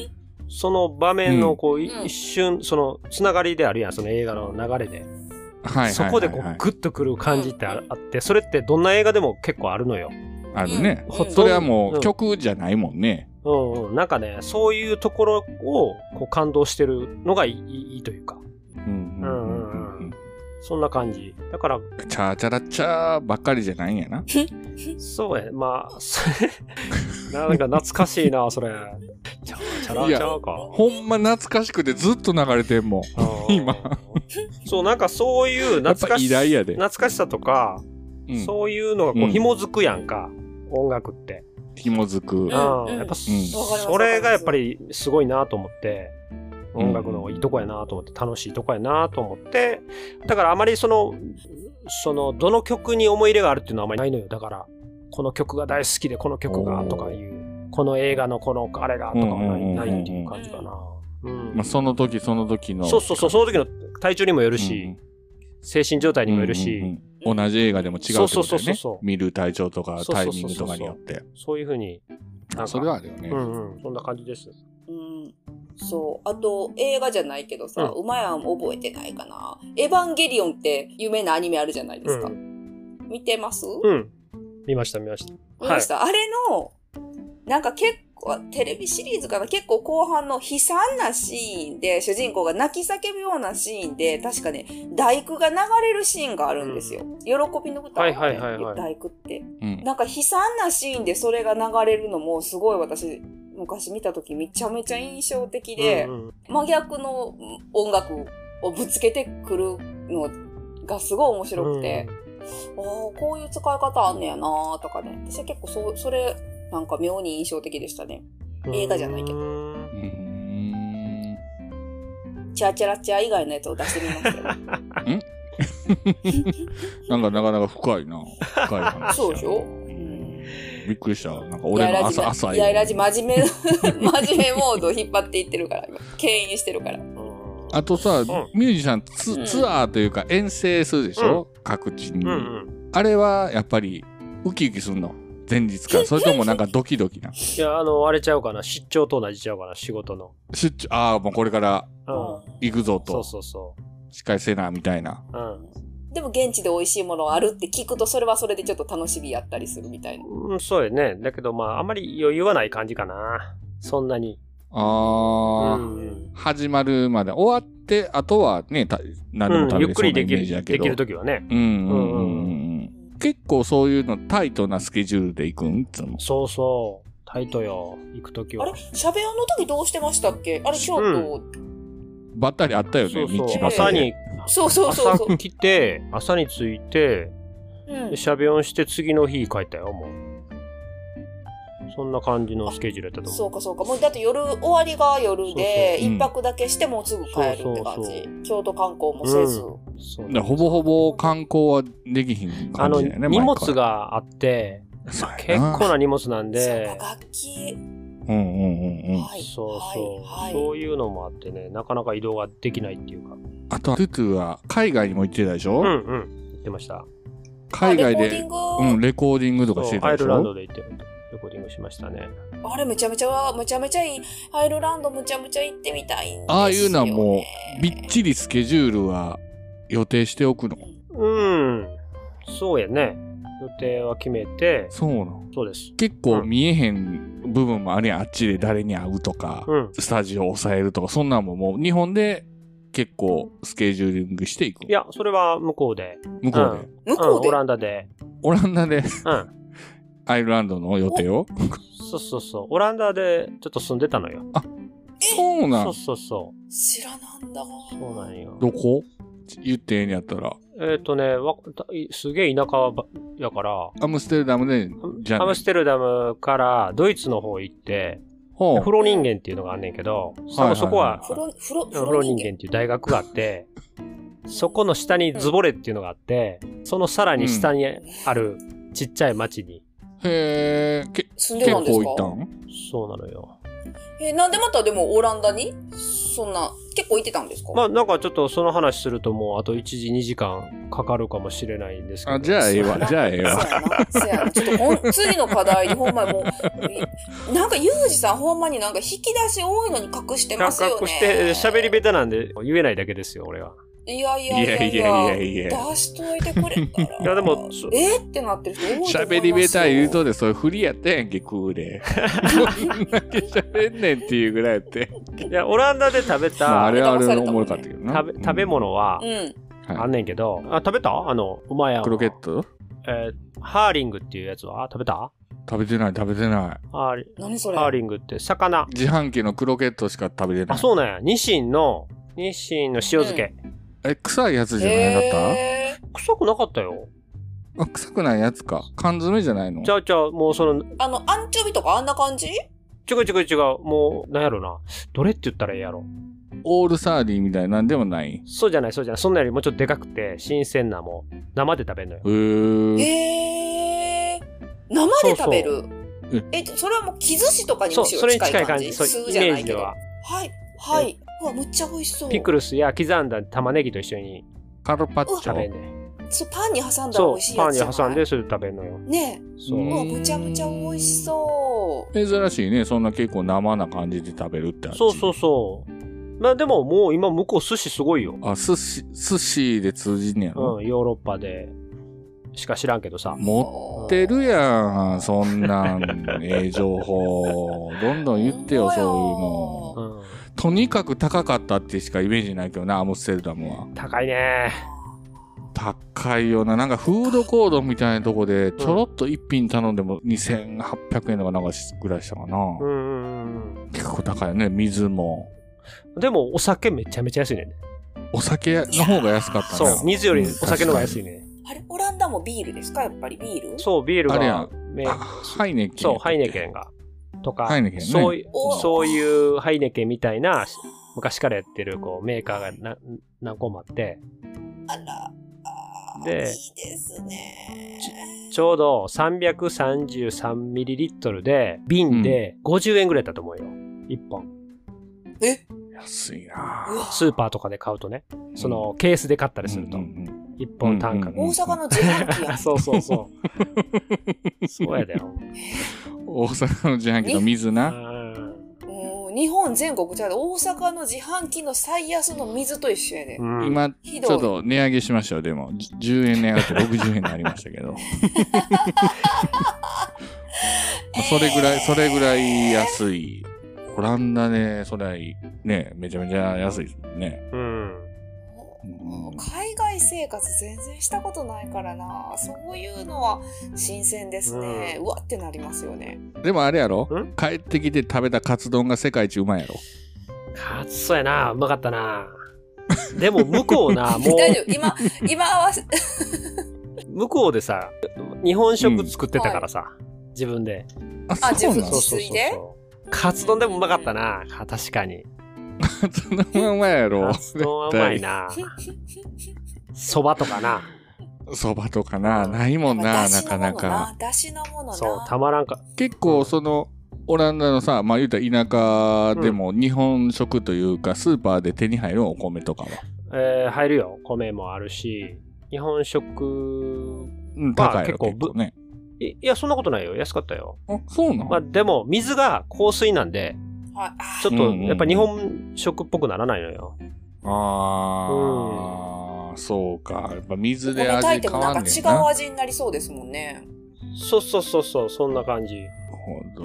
Speaker 7: その場面のこう、い
Speaker 6: うん
Speaker 7: 一瞬、その、つながりであるやん、その映画の流れで。
Speaker 3: はいはいはいはい
Speaker 7: そこでこう、グッとくる感じってああって、それってどんな映画でも結構あるのよ。
Speaker 3: あるね。
Speaker 6: うん
Speaker 3: それはもう
Speaker 7: うん
Speaker 3: 曲じゃないもんね。
Speaker 7: うんうん、なんかね、そういうところを、こう、感動してるのがいいいいというか、
Speaker 3: うんうんうんうん
Speaker 7: そんな感じ。だから、
Speaker 3: うん。チャーチャラチャーばっかりじゃないんやな。
Speaker 7: そうやね、まあ、 <laughs> それなんか懐かしいな、それ。ちゃうちゃら
Speaker 3: い
Speaker 7: ち
Speaker 3: や
Speaker 7: ゃうか。
Speaker 3: ほんま懐かしくてずっと流れてんもん。今。
Speaker 7: そう、なんかそういう
Speaker 3: や
Speaker 7: 懐
Speaker 3: っぱ
Speaker 7: か
Speaker 3: 偉
Speaker 7: し
Speaker 3: 大やで。
Speaker 7: 懐かしさとか、
Speaker 3: うん。
Speaker 7: そういうのがこ
Speaker 3: う
Speaker 7: う
Speaker 3: ん
Speaker 7: 紐づくやんか、音楽って。
Speaker 3: 紐づく。
Speaker 6: うん
Speaker 7: うんやっぱ、
Speaker 3: うん
Speaker 7: それがやっぱりすごいなと思って、
Speaker 3: うん
Speaker 7: 音楽のいいとこやなと思って、楽しいとこやなと思って、だからあまりその、その、どの曲に思い入れがあるっていうのはあまりないのよ。だから、この曲が大好きで、この曲がとかいう、この映画のこのあれがとかはな
Speaker 3: うんうんうんう
Speaker 7: い
Speaker 3: ん
Speaker 7: ないっていう感じかな。うん
Speaker 3: まあ、その時その時の。
Speaker 7: そうそうそう、その時の体調にもよる
Speaker 3: うん
Speaker 7: し、精神状態にもよるし、
Speaker 3: うんうんうん同じ映画でも違うってこと
Speaker 7: そうそう
Speaker 3: だ
Speaker 7: そう
Speaker 3: よ
Speaker 7: そ
Speaker 3: ね。
Speaker 7: う
Speaker 3: 見る体調とか
Speaker 7: そう
Speaker 3: タ
Speaker 7: そ
Speaker 3: イ
Speaker 7: うそう
Speaker 3: ミン
Speaker 7: そう
Speaker 3: グとかによって。
Speaker 7: そういうふうに。なんか
Speaker 3: それはあるよね
Speaker 7: う。んうん、そんな感じです。
Speaker 6: うん。そう。あと、映画じゃないけどさ、
Speaker 7: う
Speaker 6: うまやん覚えてないかな。エヴァンゲリオンって有名なアニメあるじゃないですか。
Speaker 7: う
Speaker 6: 見てます、
Speaker 7: うん。見ました、見ました。
Speaker 6: 見ました、あれの、なんか結構、テレビシリーズかな結構後半の悲惨なシーンで、主人公が泣き叫ぶようなシーンで、確かね、大工が流れるシーンがあるんですよ。喜びの歌
Speaker 7: はいはいはいはい
Speaker 6: 大工って。
Speaker 3: うん
Speaker 6: なんか悲惨なシーンでそれが流れるのもすごい私昔見た時めちゃめちゃ印象的で、
Speaker 7: うんうん
Speaker 6: 真逆の音楽をぶつけてくるのがすごい面白くて、ああこういう使い方あんねやなーとかね私は結構そうそれなんか妙に印象的でしたね
Speaker 7: うん
Speaker 6: 映画じゃないけど
Speaker 7: うん
Speaker 3: うーん。
Speaker 6: チャーチャラチャー以外のやつを出してみます
Speaker 3: <laughs>
Speaker 6: けど
Speaker 3: なんかなかなか深いな。深い話や
Speaker 7: <laughs>
Speaker 3: な。
Speaker 6: そうでしょ
Speaker 3: うんびっくりした。なんか俺の朝、朝
Speaker 6: やいら
Speaker 3: よ。
Speaker 6: じ真面目、 <laughs> 真面目モードを引っ張っていってるから、今牽引してるから。
Speaker 7: うん
Speaker 3: あとさ、
Speaker 7: ん
Speaker 3: ミュージシャンツ
Speaker 6: うん
Speaker 3: ツアーというか遠征するでしょ、各地に、
Speaker 7: うんうん。
Speaker 3: あれはやっぱりウキウキすんの前日から。それともなんかドキドキな。
Speaker 7: いや、あの、あれちゃうかな。出張と同じちゃうかな、仕事の。
Speaker 3: 出張、ああ、もうこれから
Speaker 7: うん。
Speaker 3: 行くぞ
Speaker 7: そう
Speaker 3: と、
Speaker 7: そうそ
Speaker 3: しっかりせな、みたいな。
Speaker 7: う。うん。
Speaker 6: でも現地で美味しいものあるって聞くと、それはそれでちょっと楽しみやったりするみたいな。
Speaker 7: うん、そうよね。だけど、まあ、あんまり余裕はない感じかな。そんなに。
Speaker 3: あ
Speaker 7: う
Speaker 3: あ、
Speaker 7: ん。
Speaker 3: 始まるまで終わって、あとはね、た何でも
Speaker 7: うん、
Speaker 3: 食べ
Speaker 7: ゆ
Speaker 3: れ
Speaker 7: っ
Speaker 3: そ
Speaker 7: く
Speaker 3: う
Speaker 7: り
Speaker 3: な
Speaker 7: で
Speaker 3: イ
Speaker 7: き
Speaker 3: メー
Speaker 7: る、
Speaker 3: ジや
Speaker 7: で
Speaker 3: け
Speaker 7: きる
Speaker 3: ど。
Speaker 7: ときはね。
Speaker 3: うんうんう
Speaker 7: うんん
Speaker 3: うん。結構そういうのタイトなスケジュールで行くんいつも。
Speaker 7: そうそう。タイトよ。行くとき
Speaker 6: あ
Speaker 7: は
Speaker 6: れ。シャベオの時どうしてましたっけあれ、京都、
Speaker 3: ばったりあったよね、
Speaker 7: そうそう
Speaker 3: 道
Speaker 7: 朝
Speaker 3: 端で。
Speaker 7: に、
Speaker 6: そうそうそうそう
Speaker 7: 朝。来て、朝に着いて、
Speaker 6: うん
Speaker 7: で、シャベオンして次の日帰ったよ、もう。そんな感じのスケジュールやったと思。
Speaker 6: そううかそうか。もうだって夜、終わりが夜で、
Speaker 3: そうそう
Speaker 6: 一泊だけしてもうすぐ帰るって感
Speaker 7: そうそう
Speaker 6: じ。京都観光もせず。
Speaker 7: そう
Speaker 3: だからほぼほぼ観光はできひん
Speaker 7: あ
Speaker 3: 感
Speaker 7: の、
Speaker 3: じだよね、
Speaker 7: 荷
Speaker 3: 毎
Speaker 7: 物
Speaker 3: 回。
Speaker 7: があって、
Speaker 3: そうやな
Speaker 7: 結構な荷物なん
Speaker 6: そう
Speaker 7: で、
Speaker 6: か、楽器。
Speaker 3: うんうんうんうん。
Speaker 6: はい。
Speaker 7: そうそう、
Speaker 6: はい。はい
Speaker 7: そういうのもあってね、なかなか移動ができないっていうか。
Speaker 3: あとは、トゥトゥは海外にも行ってたでしょ、
Speaker 7: うんうん。言ってました。
Speaker 3: 海外
Speaker 6: レコ
Speaker 3: で、
Speaker 6: ーディ
Speaker 3: う
Speaker 6: ン
Speaker 3: ん、レコーディングとかし
Speaker 7: そ
Speaker 3: て
Speaker 7: う
Speaker 3: た
Speaker 7: アイ
Speaker 3: でし
Speaker 7: ルラン
Speaker 3: ょ
Speaker 7: ドで行って、レコーディングしましたね。
Speaker 6: グ、あれめちゃめちゃ、めちゃめちゃいい。アイルランドむちゃむちゃ行ってみたいんですよ、ね。
Speaker 3: ああいうのはもう、びっちりスケジュールは予定しておくの。
Speaker 7: うん。そうやね。予定は決めて、
Speaker 3: そうなの。
Speaker 7: そうです。
Speaker 3: 結構見えへん部分もあるやん。あっちで誰に会うとか、
Speaker 7: うん。
Speaker 3: スタジオを抑えるとか、そんなんももう日本で結構スケジューリングしていく。
Speaker 7: いや、それは向こうで。
Speaker 3: 向こうで。
Speaker 6: 向
Speaker 7: うん、
Speaker 6: こうで。
Speaker 7: オランダで。
Speaker 3: オランダで <laughs>
Speaker 7: うん。
Speaker 3: アイルランドの予定を
Speaker 7: そうそうそう。オランダでちょっと住んでたのよ。
Speaker 3: そうなん
Speaker 7: そうそうそう。
Speaker 6: 知らなんだわ。
Speaker 7: そうなんよ。
Speaker 3: どこ言ってええんやったら。
Speaker 7: えっ、とね、わたすげえ田舎ばやから、
Speaker 3: アムステルダムで、じゃ
Speaker 7: ア
Speaker 3: あ、
Speaker 7: ム
Speaker 3: ね、
Speaker 7: ステルダムからドイツの方行って、
Speaker 3: ほ
Speaker 7: フロ人間っていうのがあんねんけど、
Speaker 3: はいはい
Speaker 7: そそこは
Speaker 6: 風呂、風呂、
Speaker 7: フ
Speaker 6: 風
Speaker 7: ロ
Speaker 6: 呂
Speaker 7: 人
Speaker 6: 人
Speaker 7: 間
Speaker 6: 間。
Speaker 7: っていう大学があって、そこの下にズボレっていうのがあって、そのさらに下にあるちっちゃい町に、
Speaker 3: う。へえ、け、
Speaker 6: 住ん
Speaker 3: 結
Speaker 6: でたんです
Speaker 3: 構
Speaker 6: か
Speaker 3: 行ったん
Speaker 7: そうなのよ。
Speaker 6: えーなんでまたでもオランダにそんな、結構行ってたんですか
Speaker 7: まあなんかちょっとその話するともうあと1時2時間かかるかもしれないんですけど。
Speaker 3: あ、じゃあええわ、じゃあええわ。
Speaker 6: そうやな。そうやな。ちょっとほん、次の課題にほんまにもう、いなんかユージさんほんまになんか引き出し多いのに隠してますよね。
Speaker 7: 格好して喋り下手なんで言えないだけですよ、俺は。
Speaker 6: いやい
Speaker 3: い
Speaker 6: やいや
Speaker 3: や
Speaker 6: い
Speaker 3: い
Speaker 6: や
Speaker 3: やいやいや。
Speaker 6: 出しといてくれたら。
Speaker 7: いやで
Speaker 3: <laughs>
Speaker 7: もそ
Speaker 6: えーってなってる人多いと思いますよ。
Speaker 3: 喋りべたい言うとで、それ振りやったやんけ、クーレ。どんだけ喋んねんっていうぐらいや <laughs> って。
Speaker 7: いや、オランダで食べ
Speaker 3: まあ、あ
Speaker 7: た
Speaker 3: れはあれのおもろかったけどな。
Speaker 7: 食べ食べ物は
Speaker 6: うん。
Speaker 3: うん
Speaker 7: あんねんけど、あ、食べたあの、うまいやん。
Speaker 3: クロケット
Speaker 7: えーハーリングっていうやつは食べた
Speaker 3: 食べてない、食べてない。
Speaker 7: ハーリ
Speaker 6: 何それ
Speaker 7: ハーリングって魚。
Speaker 3: 自販機のクロケットしか食べてな
Speaker 7: あ、
Speaker 3: い。
Speaker 7: そうなんや。ニシンの、ニシンの塩漬け。
Speaker 3: え、臭いやつじゃないかった
Speaker 6: へー
Speaker 7: 臭くなかったよ。
Speaker 3: あ、臭くないやつか。缶詰じゃないの
Speaker 7: ちゃうちゃう、もうその、
Speaker 6: あの、アンチョビとかあんな感じ
Speaker 7: ちょくちょくちょく、もう、なんやろな。どれって言ったらええやろ。
Speaker 3: オールサーディンみたいなんでもない。
Speaker 7: そうじゃない、そうじゃない。そんなよりもうちょっとでかくて、新鮮なもう、生で食べんのよ。
Speaker 3: へー。
Speaker 6: へえ。生で食べる。え、それはもう木寿司とかに
Speaker 7: そ
Speaker 6: む
Speaker 7: う、
Speaker 6: しろ
Speaker 7: それに近
Speaker 6: 近
Speaker 7: い
Speaker 6: い
Speaker 7: 感
Speaker 6: 感
Speaker 7: じ。
Speaker 6: じ。
Speaker 7: そう、
Speaker 6: 酢
Speaker 7: イ
Speaker 6: じゃ
Speaker 7: メー
Speaker 6: ない
Speaker 7: ジ
Speaker 6: け
Speaker 7: で
Speaker 6: ど
Speaker 7: は。。
Speaker 6: はい、はい。うわ、むっちゃ美味しそう。
Speaker 7: ピクルスや刻んだ玉ねぎと一緒に
Speaker 3: カルパッチ
Speaker 7: 食べん
Speaker 3: ョ。
Speaker 7: ねん。
Speaker 6: そうパンに挟んだら美
Speaker 7: そう
Speaker 6: 味し、い
Speaker 7: パ
Speaker 6: や
Speaker 7: ンに
Speaker 6: つじゃない
Speaker 7: 挟んで、それで食べんのよ。
Speaker 6: ね
Speaker 7: そう
Speaker 6: え。
Speaker 3: う
Speaker 6: うんわ、むちゃむちゃ美味しそう。
Speaker 3: 珍しいね。そんな結構生な感じで食べるってあっち
Speaker 7: そうそうそう。まあでももう今向こう寿司すごいよ。
Speaker 3: あ、寿司、寿司で通じんねやろ。
Speaker 7: うん、ヨーロッパでしか知らんけどさ。
Speaker 3: 持ってるやん。そんなん、ええ情報。どんどん言ってよ、そういう
Speaker 7: う
Speaker 3: の。
Speaker 7: ん、
Speaker 3: とにかく高かったってしかイメージないけどな、アムステルダムは。
Speaker 7: 高いね。
Speaker 3: 高いよな。なんかフードコードみたいなとこで、ちょろっと一品頼んでも2800円とかなんかぐらいしたかな。
Speaker 7: うんうんうん
Speaker 3: 結構高いよね。水も。
Speaker 7: うん。でもお酒めちゃめちゃ安いねん。
Speaker 3: お酒の方が安かった
Speaker 7: そ
Speaker 3: な。
Speaker 7: う、水よりお酒の方が安い
Speaker 3: ね。
Speaker 7: ね。
Speaker 6: あれ、オランダもビールですかやっぱりビール
Speaker 7: そう、ビール
Speaker 3: あ
Speaker 7: が
Speaker 3: れや
Speaker 7: め、
Speaker 3: あハイネケン。
Speaker 7: そう、ハイネケンが。とか、
Speaker 3: ハイネケンね
Speaker 7: そうい
Speaker 6: お
Speaker 7: そういうハイネケンみたいな、昔からやってるこうメーカーがな何個もあって、
Speaker 6: あら、あー
Speaker 7: で
Speaker 6: いいですね。
Speaker 7: ちょうど 333ml で、瓶で50円ぐらいだったと思うよ。1本。
Speaker 6: え
Speaker 3: 安いな
Speaker 6: うわ
Speaker 7: スーパーとかで買うとね、そのケースで買ったりすると、
Speaker 3: うん
Speaker 7: 1本単価が。
Speaker 6: 大阪の自販機や
Speaker 7: あ <laughs> そうそう
Speaker 3: <laughs>
Speaker 7: そう。そうやだよ。
Speaker 3: うん大阪の自販機の水
Speaker 7: う
Speaker 3: な。
Speaker 7: ん
Speaker 6: もう日本全国ちゃうで大阪の自販機の最安の水と一緒やで。
Speaker 7: うん。
Speaker 3: 今、
Speaker 6: ひ
Speaker 3: ちょ
Speaker 6: ど
Speaker 3: っ
Speaker 6: い。
Speaker 3: と値上げしましょう。でも、10円値上がって60円になりましたけど。まあそれぐらい、それぐらい安い。オランダで、それはいね、めちゃめちゃ安いですもんね。
Speaker 7: うん。
Speaker 3: うん
Speaker 6: 海外生活全然したことないからな。そういうのは新鮮ですね。うわってなりますよね。
Speaker 3: でもあれやろ
Speaker 7: ん
Speaker 3: 帰ってきて食べたカツ丼が世界一うまいやろ
Speaker 7: かつそうやな。うまかったな。でも向こう
Speaker 3: <laughs>
Speaker 7: な、も
Speaker 6: 大丈
Speaker 7: <laughs>
Speaker 6: 夫。今、今合わせ、
Speaker 7: う、向こうでさ、日本食作ってたからさ、自分で。
Speaker 3: あ
Speaker 6: あ
Speaker 3: そうな
Speaker 6: 自
Speaker 3: の
Speaker 6: 分自炊で
Speaker 7: そう。カツ丼でもうまかったな。あ確かに。
Speaker 3: カツ丼はうまいやろ
Speaker 7: カツ丼はうまいな。そばとかな。
Speaker 3: そばとかな、ないもんな、なかなか。。
Speaker 6: だしのものな。
Speaker 7: そう、たまらんか。
Speaker 3: 結構その、オランダのさ、まあ言うたら田舎でも日本食というか、スーパーで手に入るお米とかは。
Speaker 7: えー入るよ。米もあるし、日本食、
Speaker 3: うん、
Speaker 7: まあ
Speaker 3: 高いや
Speaker 7: 結
Speaker 3: ろ、
Speaker 7: 構
Speaker 3: 結
Speaker 7: ぶ
Speaker 3: 構ね。
Speaker 7: いいや、そんなことないよ。安かったよ。
Speaker 3: あ、そうな
Speaker 7: まあ、
Speaker 3: の
Speaker 7: でも、水が香水なんで、
Speaker 6: はい
Speaker 7: ちょっ
Speaker 3: う
Speaker 7: と、
Speaker 3: んうん
Speaker 7: やっぱ日本食っぽくならないのよ。
Speaker 3: あー、そうか。やっぱ水
Speaker 6: 米
Speaker 3: で
Speaker 6: 炊
Speaker 3: 味
Speaker 6: いて
Speaker 3: 変
Speaker 6: もな
Speaker 3: わ
Speaker 6: ん
Speaker 3: ん
Speaker 6: か
Speaker 3: ね
Speaker 6: 違
Speaker 3: ん
Speaker 6: う
Speaker 3: な。
Speaker 6: 味になりそうですもんね。
Speaker 7: そうそうそうそう、そんな感じ。
Speaker 3: なる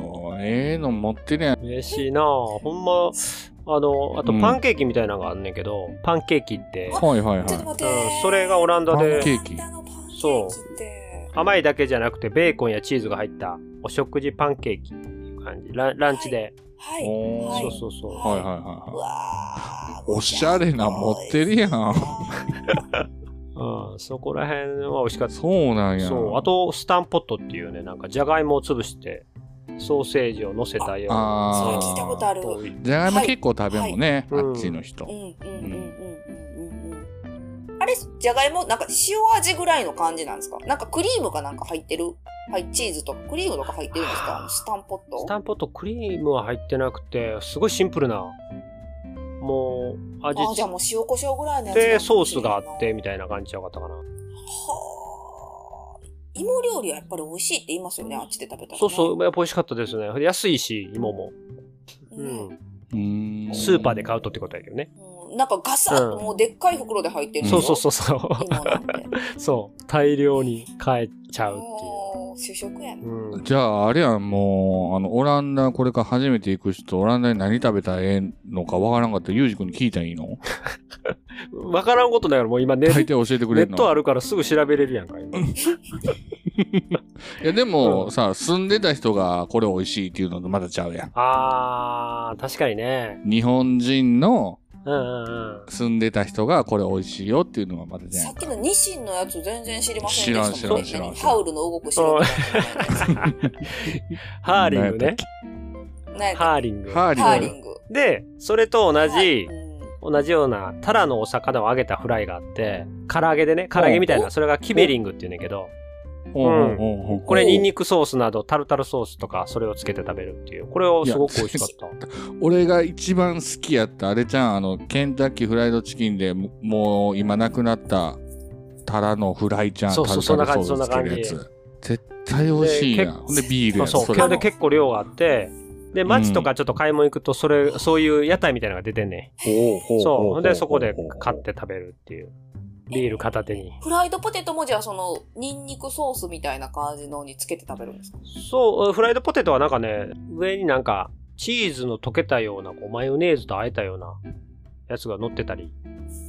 Speaker 3: ほど。ええの持ってるやん。
Speaker 7: 嬉しいなぁほんま、あの、あと
Speaker 3: うん
Speaker 7: パンケーキみたいなのがあんねんけど、パンケーキって、
Speaker 3: はいはいは
Speaker 6: ちょっと
Speaker 3: い。
Speaker 6: 待っ
Speaker 7: うん
Speaker 6: て。
Speaker 7: それがオランダ
Speaker 3: パンケ
Speaker 7: で
Speaker 3: ーキ
Speaker 6: オランダのパンケーキって
Speaker 7: 甘いだけじゃなくて、ベーコンやチーズが入ったお食事パンケーキっていう感じ。ランランチで。
Speaker 6: はい。
Speaker 3: おー
Speaker 6: はい
Speaker 7: そうそうそう。
Speaker 3: はいはいはい。
Speaker 6: うわー
Speaker 3: おしゃれな持ってるやん。
Speaker 7: うん、そこら辺は美味しかった。
Speaker 3: そうなんや。
Speaker 7: そう。あと、スタンポットっていうね、なんか、じゃがいもを潰して、ソーセージを乗せたような。
Speaker 6: それ
Speaker 3: あ
Speaker 6: 聞いたことある。うんうん
Speaker 3: じゃがいも結構食べんもんね、
Speaker 7: はい
Speaker 3: あっちの人。
Speaker 6: うんうんうんうんうん。あれ、じゃがいも、なんか塩味ぐらいの感じなんですかなんかクリームかなんか入ってるはい、チーズとかクリームとか入ってるんですかスタンポッ
Speaker 7: ス
Speaker 6: ト
Speaker 7: タンポットクリームは入ってなくて、すごいシンプルな、もう、味
Speaker 6: あ、じゃあもう塩コショウぐらいのやつ
Speaker 7: で、ソースがあって、。みたいな感じじゃなかったかな。
Speaker 6: はー芋料理はやっぱり美味しいって言いますよね、あっちで食べたらね。
Speaker 7: そうそう、やっぱ美味しかったですね。安いし、芋も。
Speaker 6: う。
Speaker 7: うんん。
Speaker 3: うーん
Speaker 7: スーパーで買うとってことやけどね。
Speaker 6: うんなんかガサッともうでっかい袋で入ってる
Speaker 3: ん
Speaker 6: でしょ
Speaker 7: そうそうそう <laughs> そ
Speaker 6: 芋なんて。
Speaker 7: う。そう。大量に買えちゃうっ
Speaker 6: もう主食
Speaker 7: て
Speaker 6: やね。
Speaker 7: いう。うん。
Speaker 3: じゃあ、あれやん、もう、あの、オランダ、これから初めて行く人、オランダに何食べたらええのかわからんかったら、ユージ君に聞いたらいいの
Speaker 7: わからんことないから、もう今ネ
Speaker 3: 大体
Speaker 7: ッ
Speaker 3: 教えてく
Speaker 7: ネ
Speaker 3: れん
Speaker 7: ットあ
Speaker 3: の
Speaker 7: るからすぐ調べれるやんか、今。
Speaker 3: いや、でも、
Speaker 7: うん
Speaker 3: さ、住んでた人がこれ美味しいっていうのとまだちゃうやん。
Speaker 7: あー、確かにね。
Speaker 3: 日本人の
Speaker 7: うんうんうん。
Speaker 3: 住んでた人がこれ美味しいよっていうのはまだじゃ
Speaker 6: さ
Speaker 3: ん
Speaker 6: っ。きのニシンのやつ全然知りませんでしたもんね。
Speaker 3: 知らん知らん知らん
Speaker 6: 何ハウルの動く城みたいなや
Speaker 7: ハーリングね。
Speaker 6: つ。何やったっ
Speaker 7: ハーリング。
Speaker 3: ハー
Speaker 6: け
Speaker 3: リ
Speaker 6: ハー
Speaker 3: ン
Speaker 6: リ
Speaker 3: グ。
Speaker 6: ング。
Speaker 7: で、それと同じ、
Speaker 6: はいうん
Speaker 7: 同じような、タラのお魚を揚げたフライがあって、唐揚げでね、唐揚げみたいな、それがキベリングって言うねんだけど、
Speaker 3: ほうほうほうほう
Speaker 7: これニンニクソースなど、タルタルソースとか、それをつけて食べるっていう、これをすごく美味しかった。
Speaker 3: 俺が一番好きやったあれちゃんあのケンタッキーフライドチキンでももう今なくなったタラのフライちゃん
Speaker 7: そうそう
Speaker 3: タルタル
Speaker 7: そんな
Speaker 3: ソ
Speaker 7: 感
Speaker 3: ース
Speaker 7: じ
Speaker 3: つけるやつ絶対美味しいや
Speaker 7: で
Speaker 3: んほんでビールやん
Speaker 7: そう、
Speaker 3: そ
Speaker 7: そ
Speaker 3: れ
Speaker 7: れで結構量があって、で、街とかちょっと買い物行くと、それ、そういう屋台みたいなのが出てんねん。そう。ほんで、そこで買って食べるっていう。ビール片手に。
Speaker 6: フライドポテトもじゃあその、ニンニクソースみたいな感じのにつけて食べるんですか
Speaker 7: そう、フライドポテトはなんかね、上になんか、チーズの溶けたような、こう、マヨネーズと和えたようなやつが乗ってたり。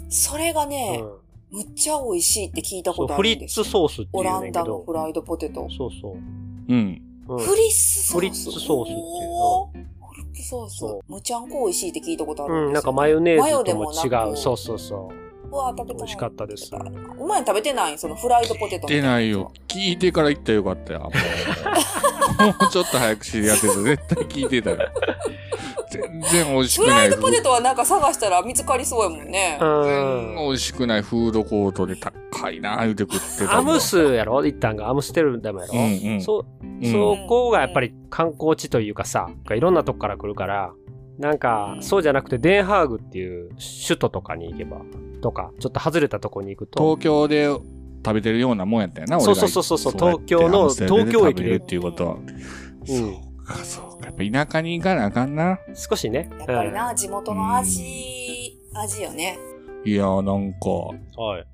Speaker 6: それが
Speaker 7: う
Speaker 6: ね、
Speaker 7: ん。
Speaker 6: むっちゃ美味しいって聞いた
Speaker 7: そ
Speaker 6: こ
Speaker 7: う
Speaker 6: とあ
Speaker 7: フ
Speaker 6: る
Speaker 7: リ
Speaker 6: んで
Speaker 7: ッ
Speaker 6: す
Speaker 7: ツ
Speaker 6: よ。
Speaker 7: ソースってい
Speaker 6: オ
Speaker 7: う
Speaker 6: ラ
Speaker 7: ね
Speaker 6: ン
Speaker 7: んけ
Speaker 6: ダの
Speaker 7: ど。
Speaker 6: フライドポテト。
Speaker 7: そうそう。
Speaker 3: うん
Speaker 7: うん
Speaker 6: フリッツソース。
Speaker 7: フリッツソースっていう
Speaker 6: おーフリッツソース
Speaker 7: そ。
Speaker 6: むちゃんこ美味しいって聞いたことある
Speaker 7: うん、
Speaker 6: で
Speaker 7: なん
Speaker 6: す
Speaker 7: か
Speaker 6: よ
Speaker 7: マヨネー
Speaker 6: マヨ
Speaker 7: ズ
Speaker 6: で
Speaker 7: と
Speaker 6: も
Speaker 7: も
Speaker 6: な
Speaker 7: 違
Speaker 6: く
Speaker 7: う。そうそうそう
Speaker 6: わー食
Speaker 7: う。
Speaker 6: べたい
Speaker 7: 美味しかったです。
Speaker 6: お前食べてないそのフライドポテトみた
Speaker 3: 出
Speaker 6: いな
Speaker 3: な
Speaker 6: やつ
Speaker 3: いよ聞いてから行ったらよかったよもう
Speaker 7: <laughs>
Speaker 3: もうちょっと早く知り合ってて絶対聞いてたよ全然美味しく
Speaker 6: フラ
Speaker 3: ない
Speaker 6: イドポテトはなんか探したら見つかりそうやもんね。
Speaker 7: う
Speaker 3: 全
Speaker 7: ん。
Speaker 3: 然美味しくないフードコートで高高いな言うて食ってた
Speaker 7: アムスやろ一旦がアムステルダムやろ、
Speaker 3: うんうん
Speaker 7: そ
Speaker 3: うん
Speaker 7: そこがやっぱり観光地というかさいろんなとこから来るからなんかそうじゃなくてデンハーグっていう首都とかに行けばとかちょっと外れたとこに行くと
Speaker 3: 東京で食べてるようなもんやったよな
Speaker 7: そう
Speaker 3: 俺が
Speaker 7: そうそうそう
Speaker 3: やって
Speaker 7: 東京の
Speaker 3: アムステルダムで
Speaker 7: 東京駅
Speaker 3: 食べれるっていうことは
Speaker 7: うん
Speaker 3: そうかそうかやっぱ田舎に行かなあかんな
Speaker 7: 少しね
Speaker 6: やっぱりな、地元の味、味よね。
Speaker 3: いやーなんか
Speaker 7: うんはい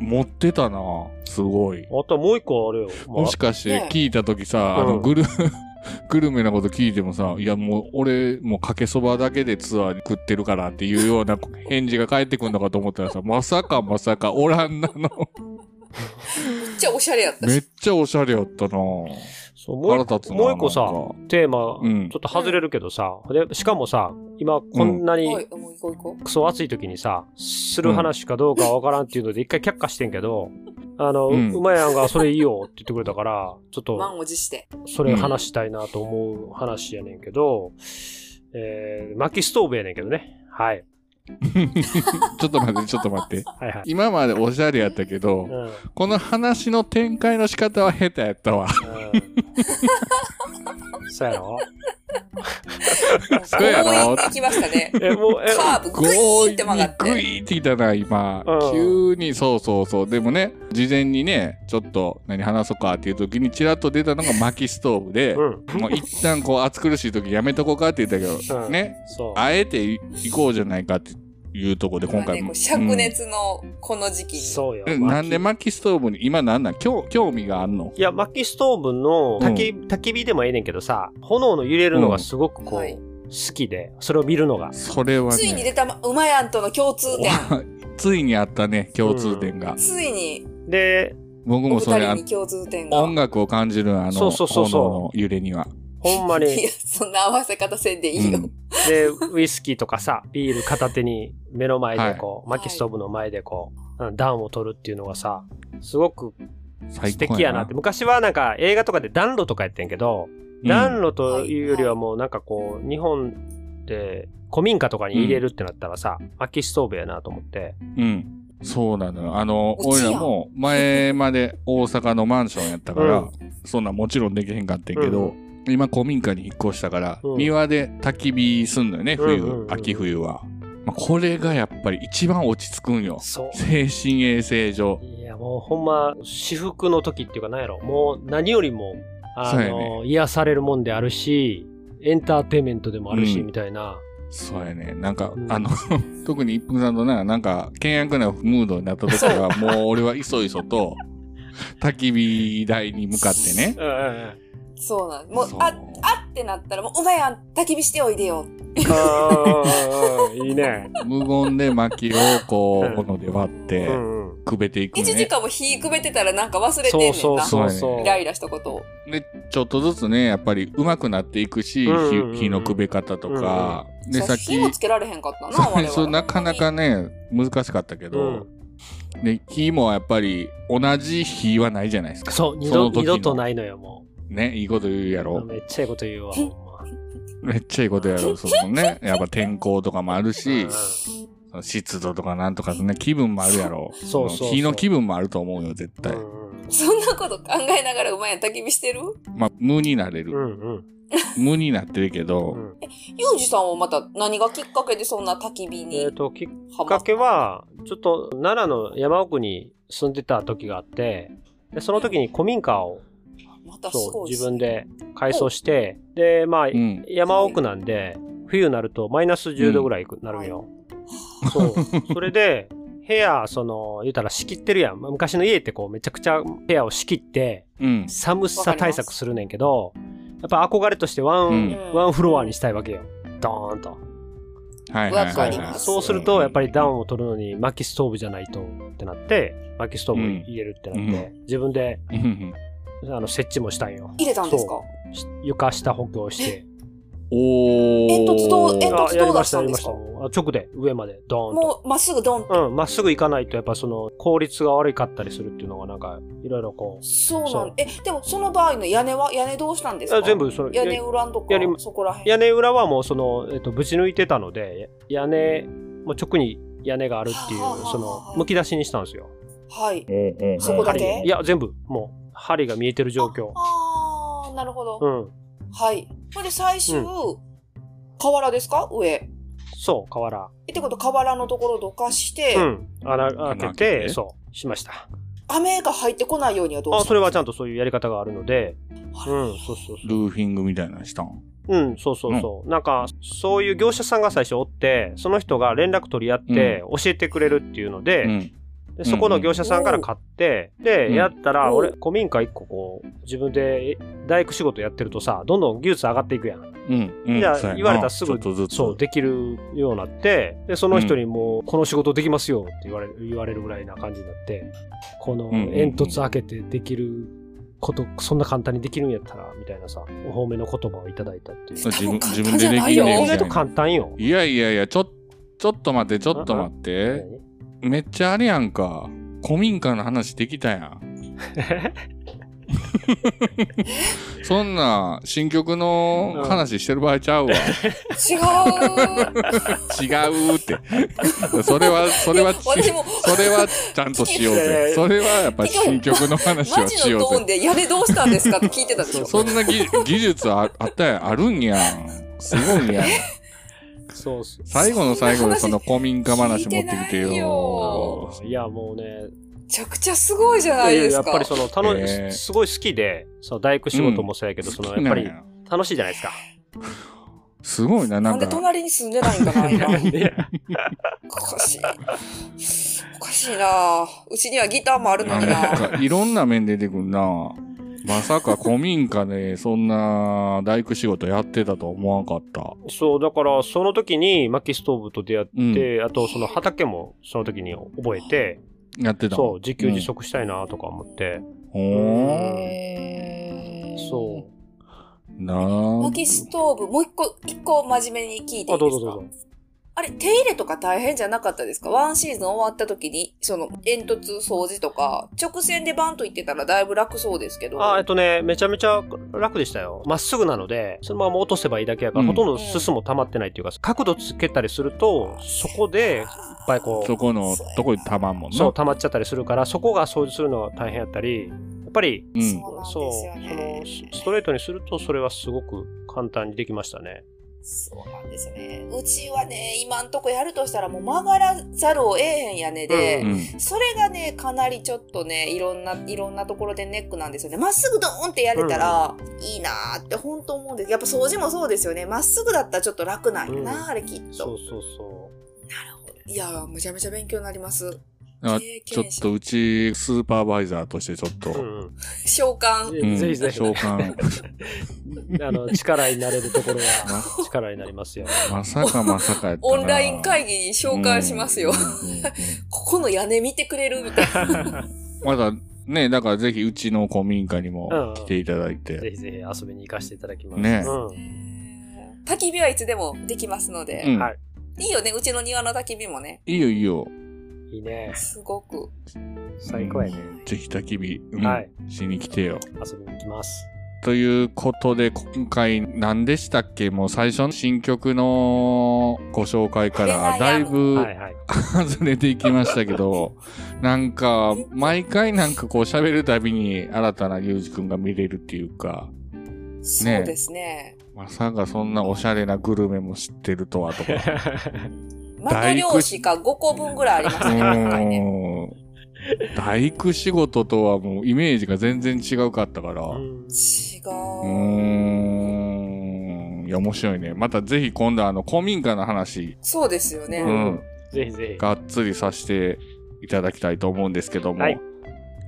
Speaker 3: 持ってたなすごい
Speaker 7: あともう一個あるよ、まあ
Speaker 3: もしかして
Speaker 6: ね
Speaker 3: 聞いた時さ、あ
Speaker 7: う
Speaker 3: の
Speaker 7: ん
Speaker 3: グル <laughs> グルメなこと聞いてもさ、いやもう俺もうかけそばだけでツアーに食ってるからっていうような返事が返ってくるのかと思ったらさ、まさかまさかオランダの
Speaker 7: <laughs>
Speaker 6: めっちゃおしゃれやった
Speaker 3: め
Speaker 6: し。
Speaker 3: っちゃおしゃれやったな
Speaker 7: そうもう
Speaker 3: 腹
Speaker 7: 一
Speaker 3: 立つ
Speaker 7: 個
Speaker 3: な
Speaker 7: もう一個さ
Speaker 3: なん
Speaker 7: テーマ、
Speaker 3: うん
Speaker 7: ちょっと外れるけどさでしかもさ今こんなに
Speaker 6: おい、もう行こう行こ
Speaker 7: クソ暑い時にさする話かどうかわからんっていうので一回却下してんけど、あの、う
Speaker 3: うん
Speaker 7: まやんがそれいいよって言ってくれたからちょっ
Speaker 6: う。満
Speaker 7: と
Speaker 6: を持して。
Speaker 7: それ話したいなと思う話やねんけど、えー、薪ストーブやねんけどね、はい、
Speaker 3: ちょっと待って、ちょっと待って。
Speaker 7: はいはい
Speaker 3: 今までおしゃれやったけ
Speaker 7: う
Speaker 3: ど、
Speaker 7: んうん
Speaker 3: この話の展開の仕方は下手やったわ。
Speaker 7: そうやろ
Speaker 3: そうやろ
Speaker 6: 強引に行きましたね。
Speaker 7: えもうえ
Speaker 6: カーブ、グイーって曲がっ
Speaker 3: 強引に
Speaker 6: て。
Speaker 3: グイーってきたな、今
Speaker 7: うん。
Speaker 3: 急に、そうそうそう。でもね、事前にね、ちょっと何話そうかっていう時にチラッと出たのが薪ストーブで、
Speaker 7: うん
Speaker 3: もう一旦こう暑苦しい時やめとこうかって言ったけど、
Speaker 7: うん
Speaker 3: ね、
Speaker 7: そう
Speaker 3: あえて行こうじゃないかっていうところで今
Speaker 6: 今ね
Speaker 3: 回
Speaker 6: こ
Speaker 3: も。
Speaker 6: う灼熱のこの時期に。
Speaker 7: そうよ
Speaker 3: うんなんで薪ストーブに今なんなん興興味があんの
Speaker 7: いや、薪ストーブの焚き,、焚き火でもええねんけどさ、炎の揺れるのがすごくこう、
Speaker 6: うんはい
Speaker 7: 好きで、それを見るのが。
Speaker 3: それはね。
Speaker 6: ついに出たま馬やんとの共通点。
Speaker 3: ついにあったね、共通点が。
Speaker 6: ついに、
Speaker 7: で、
Speaker 3: 僕
Speaker 6: お
Speaker 3: も
Speaker 6: 二
Speaker 3: それ、
Speaker 6: 人
Speaker 3: あ
Speaker 6: に共通点が。
Speaker 3: 音楽を感じるあの、
Speaker 7: そうそうそうそう
Speaker 3: 炎の揺れには。
Speaker 7: ほんまに、
Speaker 3: <laughs>
Speaker 6: いや、そんな合わせ方せんでいいよ。
Speaker 3: うん
Speaker 7: で、ウイスキーとかさ、ビール片手に目の前でこう、薪ストーブの前でこう、うん暖を取るっていうのがさ、すごく
Speaker 3: 最
Speaker 7: 素
Speaker 3: 高
Speaker 7: 敵やなって。昔はなんか映画とかで暖炉とかやってんけど、暖炉というよりはもうなんかこう、日本で古民家とかに入れるってなったらさ、薪ストーブやなと思って、
Speaker 3: うん。そうなのよ。あの、
Speaker 6: うち
Speaker 3: 俺
Speaker 6: やん
Speaker 3: らも前まで大阪のマンションやったから、
Speaker 7: うん
Speaker 3: そんなんもちろんできへんかったけど、
Speaker 7: う
Speaker 3: 今古民家に引っ越したから、
Speaker 7: うん
Speaker 3: 庭で焚き火すんのよね、冬、
Speaker 7: うんうんうん
Speaker 3: 秋冬は。まあ、これがやっぱり一番落ち着くんよ。
Speaker 7: そう。
Speaker 3: 精神衛生上。
Speaker 7: いやもうほんま至福の時っていうか何やろもう何よりもあ
Speaker 3: そうや
Speaker 7: の、癒されるもんであるしエンターテインメントでもあるし、
Speaker 3: うん
Speaker 7: みたいな
Speaker 3: そうやね。なんか、
Speaker 7: うん
Speaker 3: あの、 <laughs> 特に一服さんとな、なんか、険悪なムードになった時は、もう俺はいそいそと、焚き火台に向かってね。
Speaker 7: うんうん
Speaker 6: そうなんもう
Speaker 3: そう
Speaker 6: あ、あってなったら、もう、馬やん、焚き火しておいでよ。
Speaker 7: うんいい <laughs> ね、
Speaker 3: 無言で薪をこ
Speaker 7: うん
Speaker 3: う、斧で割って、
Speaker 7: うんうん、
Speaker 3: くべていく
Speaker 6: 1時
Speaker 3: ね。
Speaker 6: 間も火くべてたらなんか忘れてんね
Speaker 7: そ
Speaker 6: ん
Speaker 7: う
Speaker 6: な。
Speaker 7: そうそうそう
Speaker 3: そう
Speaker 6: イライラしたことを。
Speaker 3: で、ちょっとずつね、やっぱり上手くなっていくし、
Speaker 7: うんうんうん
Speaker 3: 火火のくべ方とか、で、
Speaker 6: そ
Speaker 3: さ
Speaker 6: う
Speaker 3: っき
Speaker 6: 火、もつけられへんかった
Speaker 3: <laughs>
Speaker 6: な、
Speaker 3: そ
Speaker 6: 我
Speaker 3: う
Speaker 6: 々。
Speaker 3: そうなかなかね、難しかったけ
Speaker 7: う
Speaker 3: ど、
Speaker 7: ん
Speaker 3: で、火もやっぱり同じ火はないじゃないですか。
Speaker 7: そう二
Speaker 3: その
Speaker 7: 度
Speaker 3: 時の
Speaker 7: 二度とないのよも
Speaker 3: ね、いいこと言うやろ
Speaker 7: う。めっちゃいいこと言うわほんま
Speaker 3: めっちゃいいことや
Speaker 7: <laughs>
Speaker 3: ろ、そのね。やっぱ天候とかもある
Speaker 7: うんう
Speaker 3: し
Speaker 7: ん、
Speaker 3: その湿度とかなんとかね、気分もあるやろ。
Speaker 7: そうそうそう
Speaker 3: の日の気分もあると思うよ、絶対。
Speaker 7: うん
Speaker 6: <laughs> そんなこと考えながら馬やん焚き火してる
Speaker 3: まあ、無になれる。
Speaker 7: うんうん
Speaker 3: 無になってるけ
Speaker 7: う
Speaker 3: ど、
Speaker 7: ん
Speaker 6: ユージさんはまた何がきっかけでそんな焚き火
Speaker 7: えっ
Speaker 6: に
Speaker 7: ときっき
Speaker 6: ハ
Speaker 7: っ
Speaker 6: マ
Speaker 7: かけはちょっと奈良の山奥に住んでた時があってでその時に古民家を
Speaker 6: またす
Speaker 7: そ
Speaker 6: ご
Speaker 7: う
Speaker 6: いっ
Speaker 7: 自
Speaker 6: す
Speaker 7: 分
Speaker 6: ね。
Speaker 7: で改装してでまあ、
Speaker 3: うん。
Speaker 7: 山奥なんで冬になるとマイナス10度ぐらいいくなるんよ、そうそれで部屋その言うたら仕切ってるやんまあ昔の家ってこうめちゃくちゃ部屋を仕切って
Speaker 3: うん。
Speaker 7: 寒さ対策するねんけどやっぱ憧れとしてワン、
Speaker 3: うん
Speaker 7: ワンフロアにしたいわけよドーンと
Speaker 3: はいはいは
Speaker 6: わかり
Speaker 3: い
Speaker 6: ま
Speaker 3: は
Speaker 6: あ
Speaker 3: い。
Speaker 6: す
Speaker 7: そうするとやっぱり暖を取るのに薪ストーブじゃないとってなって薪ストーブ入れるってなって、自分で
Speaker 3: うんうん
Speaker 7: あの設置もしたんよ
Speaker 6: 入れたんですか
Speaker 7: し床下補強して
Speaker 3: おー。
Speaker 6: 煙突どう煙突
Speaker 7: あやりました
Speaker 6: ど
Speaker 7: や
Speaker 6: う
Speaker 7: りま
Speaker 6: だっ
Speaker 7: したた
Speaker 6: ん
Speaker 7: もうあ直で上までドーンと
Speaker 6: もうまっすぐドン。
Speaker 7: うん、まっすぐ行かないと、やっぱその効率が悪かったりするっていうのが、なんか、いろいろこ
Speaker 6: そう
Speaker 7: そ
Speaker 6: な
Speaker 7: うん
Speaker 6: え、でもその場合の屋根は屋根どうしたんで
Speaker 7: う、
Speaker 6: すか
Speaker 7: あ全部その
Speaker 6: 屋
Speaker 7: や
Speaker 6: 根裏んとか
Speaker 7: やりま
Speaker 6: そこらへん。
Speaker 7: 屋根裏はもうその、えっと、ぶち抜いてたので、や屋根、もう直に屋根があるっていう
Speaker 6: はあはあはあはあ、
Speaker 7: その、むき出しにしたんですよ。
Speaker 6: はい。
Speaker 3: うんうんうん
Speaker 6: そこだ
Speaker 7: 針
Speaker 6: け
Speaker 7: いや、全部、もう、針が見えてる状況。
Speaker 6: ああ、なるほど。
Speaker 7: うん。
Speaker 6: はい。ほんで最終、
Speaker 7: う
Speaker 6: 河原ですか上。
Speaker 7: そう、河原。
Speaker 6: えってこと、河原のところどかして、
Speaker 7: うん。穴開
Speaker 3: 開
Speaker 7: け
Speaker 3: け
Speaker 7: て、
Speaker 3: て
Speaker 7: そう、しました。
Speaker 6: 雨が入ってこないようにはどう
Speaker 7: あ、
Speaker 6: した
Speaker 7: それはちゃ
Speaker 6: ん
Speaker 7: んとそういうやり方があるので、うん、そうそう
Speaker 3: ルーフィングみたいなのしたん
Speaker 7: うん、そうそうそう。なんか、そういう業者さんが最初おって、その人が連絡取り合って、教えてくれるっていうので、
Speaker 3: うん。
Speaker 7: でそこの業者さんから買って、
Speaker 3: う
Speaker 7: で、
Speaker 3: ん
Speaker 7: やったら、
Speaker 6: うん
Speaker 7: 俺、古民家一個こう、自分で大工仕事やってるとさ、どんどん技術上がっていくやん。
Speaker 3: うん。うん
Speaker 7: じゃあ
Speaker 3: そうやな
Speaker 7: 言われたらす
Speaker 3: ちょ
Speaker 7: ぐ
Speaker 3: っとずつ。
Speaker 7: そう、できるようになって、で、その人にもう、この仕事できますよって言われる、言われるぐらいな感じになって、この
Speaker 3: んうんうん
Speaker 7: 煙突開けてできること、そんな簡単にできるんやったら、みたいなさ、お褒めの言葉をいただいたっていう。
Speaker 3: そう自分
Speaker 6: 多分
Speaker 3: 自分でできる
Speaker 6: 簡単じゃない
Speaker 3: ね
Speaker 6: よ
Speaker 7: 意
Speaker 3: みた
Speaker 7: 外
Speaker 3: い
Speaker 7: と
Speaker 3: な
Speaker 7: 簡単よ。
Speaker 3: いやいやいや、ちょ、ちょっと待って、ちょっと待って。めっちゃあれやんか。古民家の話できたやん。そんな新曲の話してる場合ちゃうわ。
Speaker 6: 違
Speaker 7: <laughs>
Speaker 6: う。
Speaker 3: 違うって。それは、それはち、
Speaker 6: 私も、
Speaker 3: それはちゃんとしようぜ。それはやっぱ新曲の話
Speaker 6: マ
Speaker 3: を
Speaker 6: ジ
Speaker 3: し
Speaker 6: の
Speaker 3: よ
Speaker 6: ト
Speaker 3: う
Speaker 6: ーン
Speaker 3: ぜ。
Speaker 6: で、やれどうしたんですかって聞いてたでしょ。
Speaker 3: そんなぎ技術ああったやん、あるんやん。すごいやん。
Speaker 7: そうそう。
Speaker 3: 最後の最後でそ
Speaker 6: そん
Speaker 3: の
Speaker 6: な
Speaker 3: 古民家話持ってきて
Speaker 6: 聞いてない
Speaker 3: よ
Speaker 6: よ。
Speaker 7: いや、もうね、
Speaker 6: めちゃくちゃすごいじゃないい
Speaker 7: やい
Speaker 6: で
Speaker 7: やや
Speaker 6: す
Speaker 7: っぱ
Speaker 6: か
Speaker 7: り。その、楽し
Speaker 3: えー
Speaker 7: すごい好きで、その大工仕事もそうやけど、その、やっぱり楽しいじゃないですか。
Speaker 3: すごいな、な
Speaker 6: なんんで
Speaker 3: か。
Speaker 6: 隣に住んでないんかな、今。
Speaker 7: で
Speaker 6: おかしい。おかしいなうちにはギターもあるのに
Speaker 3: な
Speaker 6: なん
Speaker 3: かいろんな面出てくるな。まさか古民家でそんな大工仕事やってたとは思わんかった。
Speaker 7: そう、だから、その時に薪ストーブと出会
Speaker 3: うん
Speaker 7: って、あと、その畑もその時に覚えて、
Speaker 3: やってた
Speaker 7: そう、自給自足したいなとか思って、
Speaker 3: うん。ほ
Speaker 6: へー
Speaker 7: そ
Speaker 3: ーな
Speaker 6: 薪ストーブ、もう一個、一個真面目に聞いていいです
Speaker 7: う。
Speaker 6: か
Speaker 7: あ、どうぞどうぞ。
Speaker 6: あれ、手入れとか大変じゃなかったですかワンシーズン終わった時に、その、煙突掃除とか、直線でバンと行ってたらだいぶ楽そうですけど。
Speaker 7: あ、えっとね、めちゃめちゃ楽でしたよ。まっすぐなので、そのまま落とせばいいだけやから、
Speaker 3: うん
Speaker 7: ほとんどすすも溜まってないっていうか、角度つけたりすると、そこで、いっぱいこう
Speaker 3: そ、このとこにたまんもんな。
Speaker 7: そう、溜まっちゃったりするから、そこが掃除するのが大変やったり、やっぱり、
Speaker 3: うん。
Speaker 6: そうなんです
Speaker 7: そう、
Speaker 6: よ
Speaker 7: その
Speaker 6: ね。
Speaker 7: スストレートにすると、それはすごく簡単にできましたね。
Speaker 6: そうなんですね。うちはね、今んとこやるとしたらもう曲がらざるを得へん屋根で、
Speaker 3: うん。
Speaker 6: それがね、かなりちょっとね、いろんな、いろんなところでネックなんですよね。まっすぐドーンってやれたら、いいなーって本当思うんです。やっぱ掃除もそうですよね。まっすぐだったらちょっと楽なんやな、
Speaker 7: うん
Speaker 6: あれきっ
Speaker 7: そ
Speaker 6: と。
Speaker 7: うそうそ
Speaker 6: いやー、めちゃめちゃ勉強になります。
Speaker 3: あ
Speaker 6: 経
Speaker 3: ちょっ
Speaker 6: 験者
Speaker 3: とうちスーパーバイザーとしてちょっと、
Speaker 7: う。うん、
Speaker 6: 召喚。
Speaker 7: う。
Speaker 3: うんん
Speaker 7: ぜひぜひ、
Speaker 3: 召喚。
Speaker 7: あの、力になれるところは、力になりますよ。
Speaker 3: まさかまさかやったな。
Speaker 6: オンライン会議に召喚しますよ。
Speaker 3: うん。うんうんうん
Speaker 6: ここの屋根見てくれるみたいな。
Speaker 3: まだね、だからぜひうちの古民家にも来ていただい
Speaker 7: ぜ
Speaker 3: て。
Speaker 7: ひぜひ遊びに行かせていただきます。
Speaker 3: ね
Speaker 7: うん。
Speaker 6: 焚き火はいつでもできますので。
Speaker 3: うん
Speaker 7: はい
Speaker 6: いいよね、うちの庭の焚き火もね。
Speaker 3: いいよいいよ。
Speaker 7: いいね。
Speaker 6: すごく。
Speaker 7: 最高やね。
Speaker 3: ぜひ焚き火、うん
Speaker 7: はい
Speaker 3: しに来てよ。
Speaker 7: 遊びに行きます。
Speaker 3: ということで、今回何でしたっけもう最初の新曲のご紹介からだいぶ
Speaker 7: はいはい。
Speaker 3: 外れていきましたけど、 <laughs> なんか、毎回なんかこう喋るたびに新たなゆうじくんが見れるっていうか、
Speaker 6: そう
Speaker 3: ね
Speaker 6: ですね。
Speaker 3: まさかそんなおしゃれなグルメも知ってるとは <laughs> とか。う
Speaker 6: 的漁師が5個分ぐらいありましたね、今回ね。
Speaker 3: ーん。大工仕事とはもうイメージが全然違うかったから。
Speaker 7: うん
Speaker 6: 違
Speaker 3: う
Speaker 6: う。
Speaker 3: ーん。いや、面白いね。またぜひ今度あの、古民家の話、
Speaker 6: そうですよね。
Speaker 3: う
Speaker 7: うん
Speaker 3: ん、
Speaker 7: ぜひぜひ。
Speaker 3: がっつりさせていただきたいと思うんですけども、
Speaker 7: はい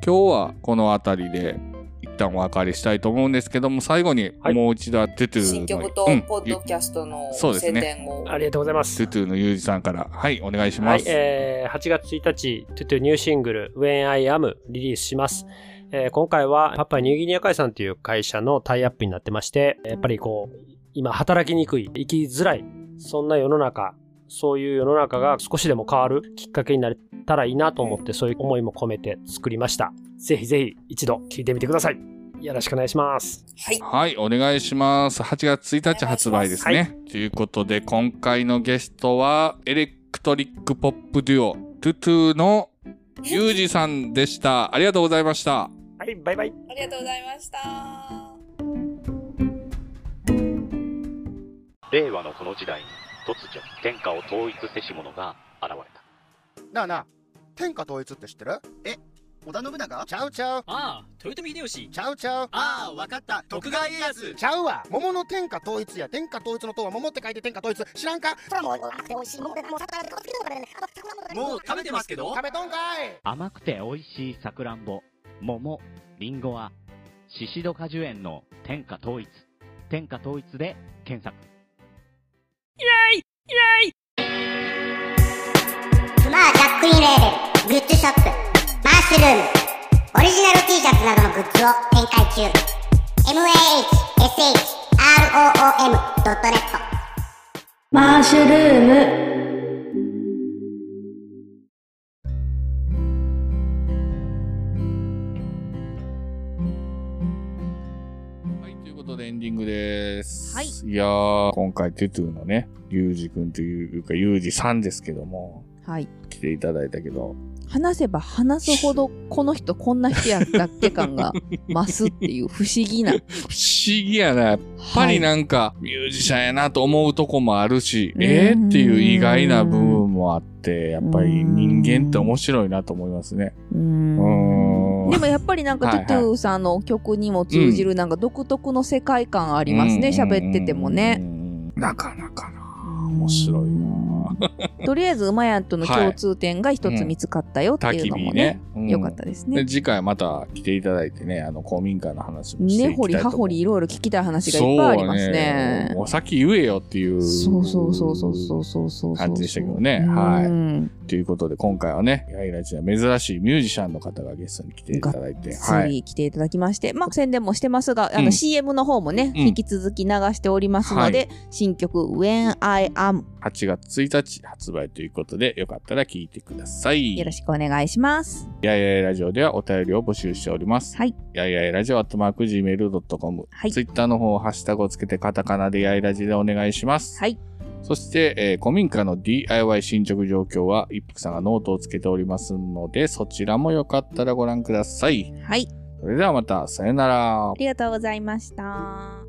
Speaker 3: 今日はこの辺りで一旦お別れしたいと思うんですけども、最後に
Speaker 7: はい
Speaker 3: もう一度トゥトゥの、
Speaker 6: 新曲と
Speaker 3: うん
Speaker 6: ポッドキャストの
Speaker 3: そうです
Speaker 6: 宣
Speaker 3: ね
Speaker 6: 伝を。
Speaker 7: ありがとうございます
Speaker 3: トゥ。トゥのユージさんから、はい、お願いし
Speaker 7: は
Speaker 3: ま
Speaker 7: い
Speaker 3: す。、
Speaker 7: えー8月1日、トゥトゥニューシングル、When I Am リリースします。えー今回は、パパニューギニア会さんという会社のタイアップになってまして、やっぱりこう、今働きにくい、生きづらい、そんな世の中、そういう世の中が少しでも変わるきっかけになれたらいいなと思って、そういう思いも込めて作りました。ぜひぜひ一度聞いてみてください。よろしくお願いします。
Speaker 6: はい。
Speaker 3: はい、お願いします。8月1日発売ですね。
Speaker 7: は
Speaker 3: ということで、今回のゲストは、エレクトリックポップデュオ、トゥトゥのゆうじさんでした。ありがとうございました。
Speaker 7: はい、バイバイ。
Speaker 6: ありがとうございました。
Speaker 8: 令和のこの時代に突如天下を統一せし者が現れた
Speaker 9: なあなあ、天下統一って知ってるえ、織田信長ちゃうちゃう。
Speaker 10: ああ、豊臣秀吉。
Speaker 9: ちゃうちゃう。
Speaker 10: ああ、わかった。徳川家康。
Speaker 9: ちゃうわ桃の天下統一や天下統一の塔は桃って書いて天下統一知らんか
Speaker 10: もう食べてますけど。
Speaker 9: 食べとんかい
Speaker 11: 甘くて美味しいさくらんぼ、桃、りんごは、シシド果樹園の天下統一。天下統一で検索。
Speaker 12: クマージャックインレーベル、グッズショップ、マッシュルーム、オリジナル T シャツなどのグッズを展開中。mahshroom.net マッシュルーム
Speaker 3: はい、ということでエンディングです。
Speaker 4: はい
Speaker 3: いやー、今回、テトゥーのね、ゆうじくんというか、ゆうじさんですけども、
Speaker 4: はい。
Speaker 3: 来ていただいたけど、
Speaker 4: 話せば話すほど、この人こんな人やったっけ感が増すっていう不思議な。
Speaker 3: 不思議やな。やっぱりなんか、ミュージシャンやなと思うとこもあるし、
Speaker 4: うん
Speaker 3: えーっていう意外な部分もあって、やっぱり人間って面白いなと思いますね。
Speaker 4: うー
Speaker 3: うんん
Speaker 4: でもやっぱりなんか
Speaker 3: はい
Speaker 4: ト
Speaker 3: はい
Speaker 4: ゥトゥさんの曲にも通じるなんか独特の世界観ありますね、喋っててもね。
Speaker 3: ね。なかなかな。面白いな <laughs>
Speaker 4: とりあえず馬やんとの共通点が一つ見つかったよって
Speaker 3: 焚
Speaker 4: い
Speaker 3: き
Speaker 4: うの
Speaker 3: 火
Speaker 4: も
Speaker 3: ね
Speaker 4: ね、。
Speaker 3: うん
Speaker 4: 良かったです
Speaker 3: で
Speaker 4: ね。
Speaker 3: 次回また来ていただいてね、あの、公民館の話もしていきたい
Speaker 4: 根
Speaker 3: と思
Speaker 4: 掘
Speaker 3: う
Speaker 4: り葉掘りいろいろ聞きたい話がいっぱいありますね
Speaker 3: そう。もう先言えよっていう。
Speaker 4: そうそうそうそうそうそうそうそう。
Speaker 3: 感じでしたけどねはい
Speaker 4: うん
Speaker 3: ということで、今回はね、ヤイラジは珍しいミュージシャンの方がゲストに来ていただいて、
Speaker 4: つ
Speaker 3: はい。
Speaker 4: い来ていただきまして、まあ宣伝もしてますが、あ
Speaker 3: うん
Speaker 4: の CM の方もね、
Speaker 3: うん
Speaker 4: 引き続き流しておりますので、新曲 When I Am
Speaker 3: 8月1日発売ということで、よかったら聞いてください。
Speaker 4: よろしくお願いします。
Speaker 3: やいやいラジオではお便りを募集しております。
Speaker 4: はい。
Speaker 3: やいやいラジオアットマーク Gmail.com。
Speaker 4: はい
Speaker 3: ツイッターの方、ハッシュタグをつけてカタカナでやいラジでお願いします。
Speaker 4: はい。
Speaker 3: そして、えー古民家の DIY 進捗状況は、一服さんがノートをつけておりますので、そちらもよかったらご覧ください。
Speaker 4: はい。
Speaker 3: それではまた、さよなら
Speaker 4: あ。りがとうございました。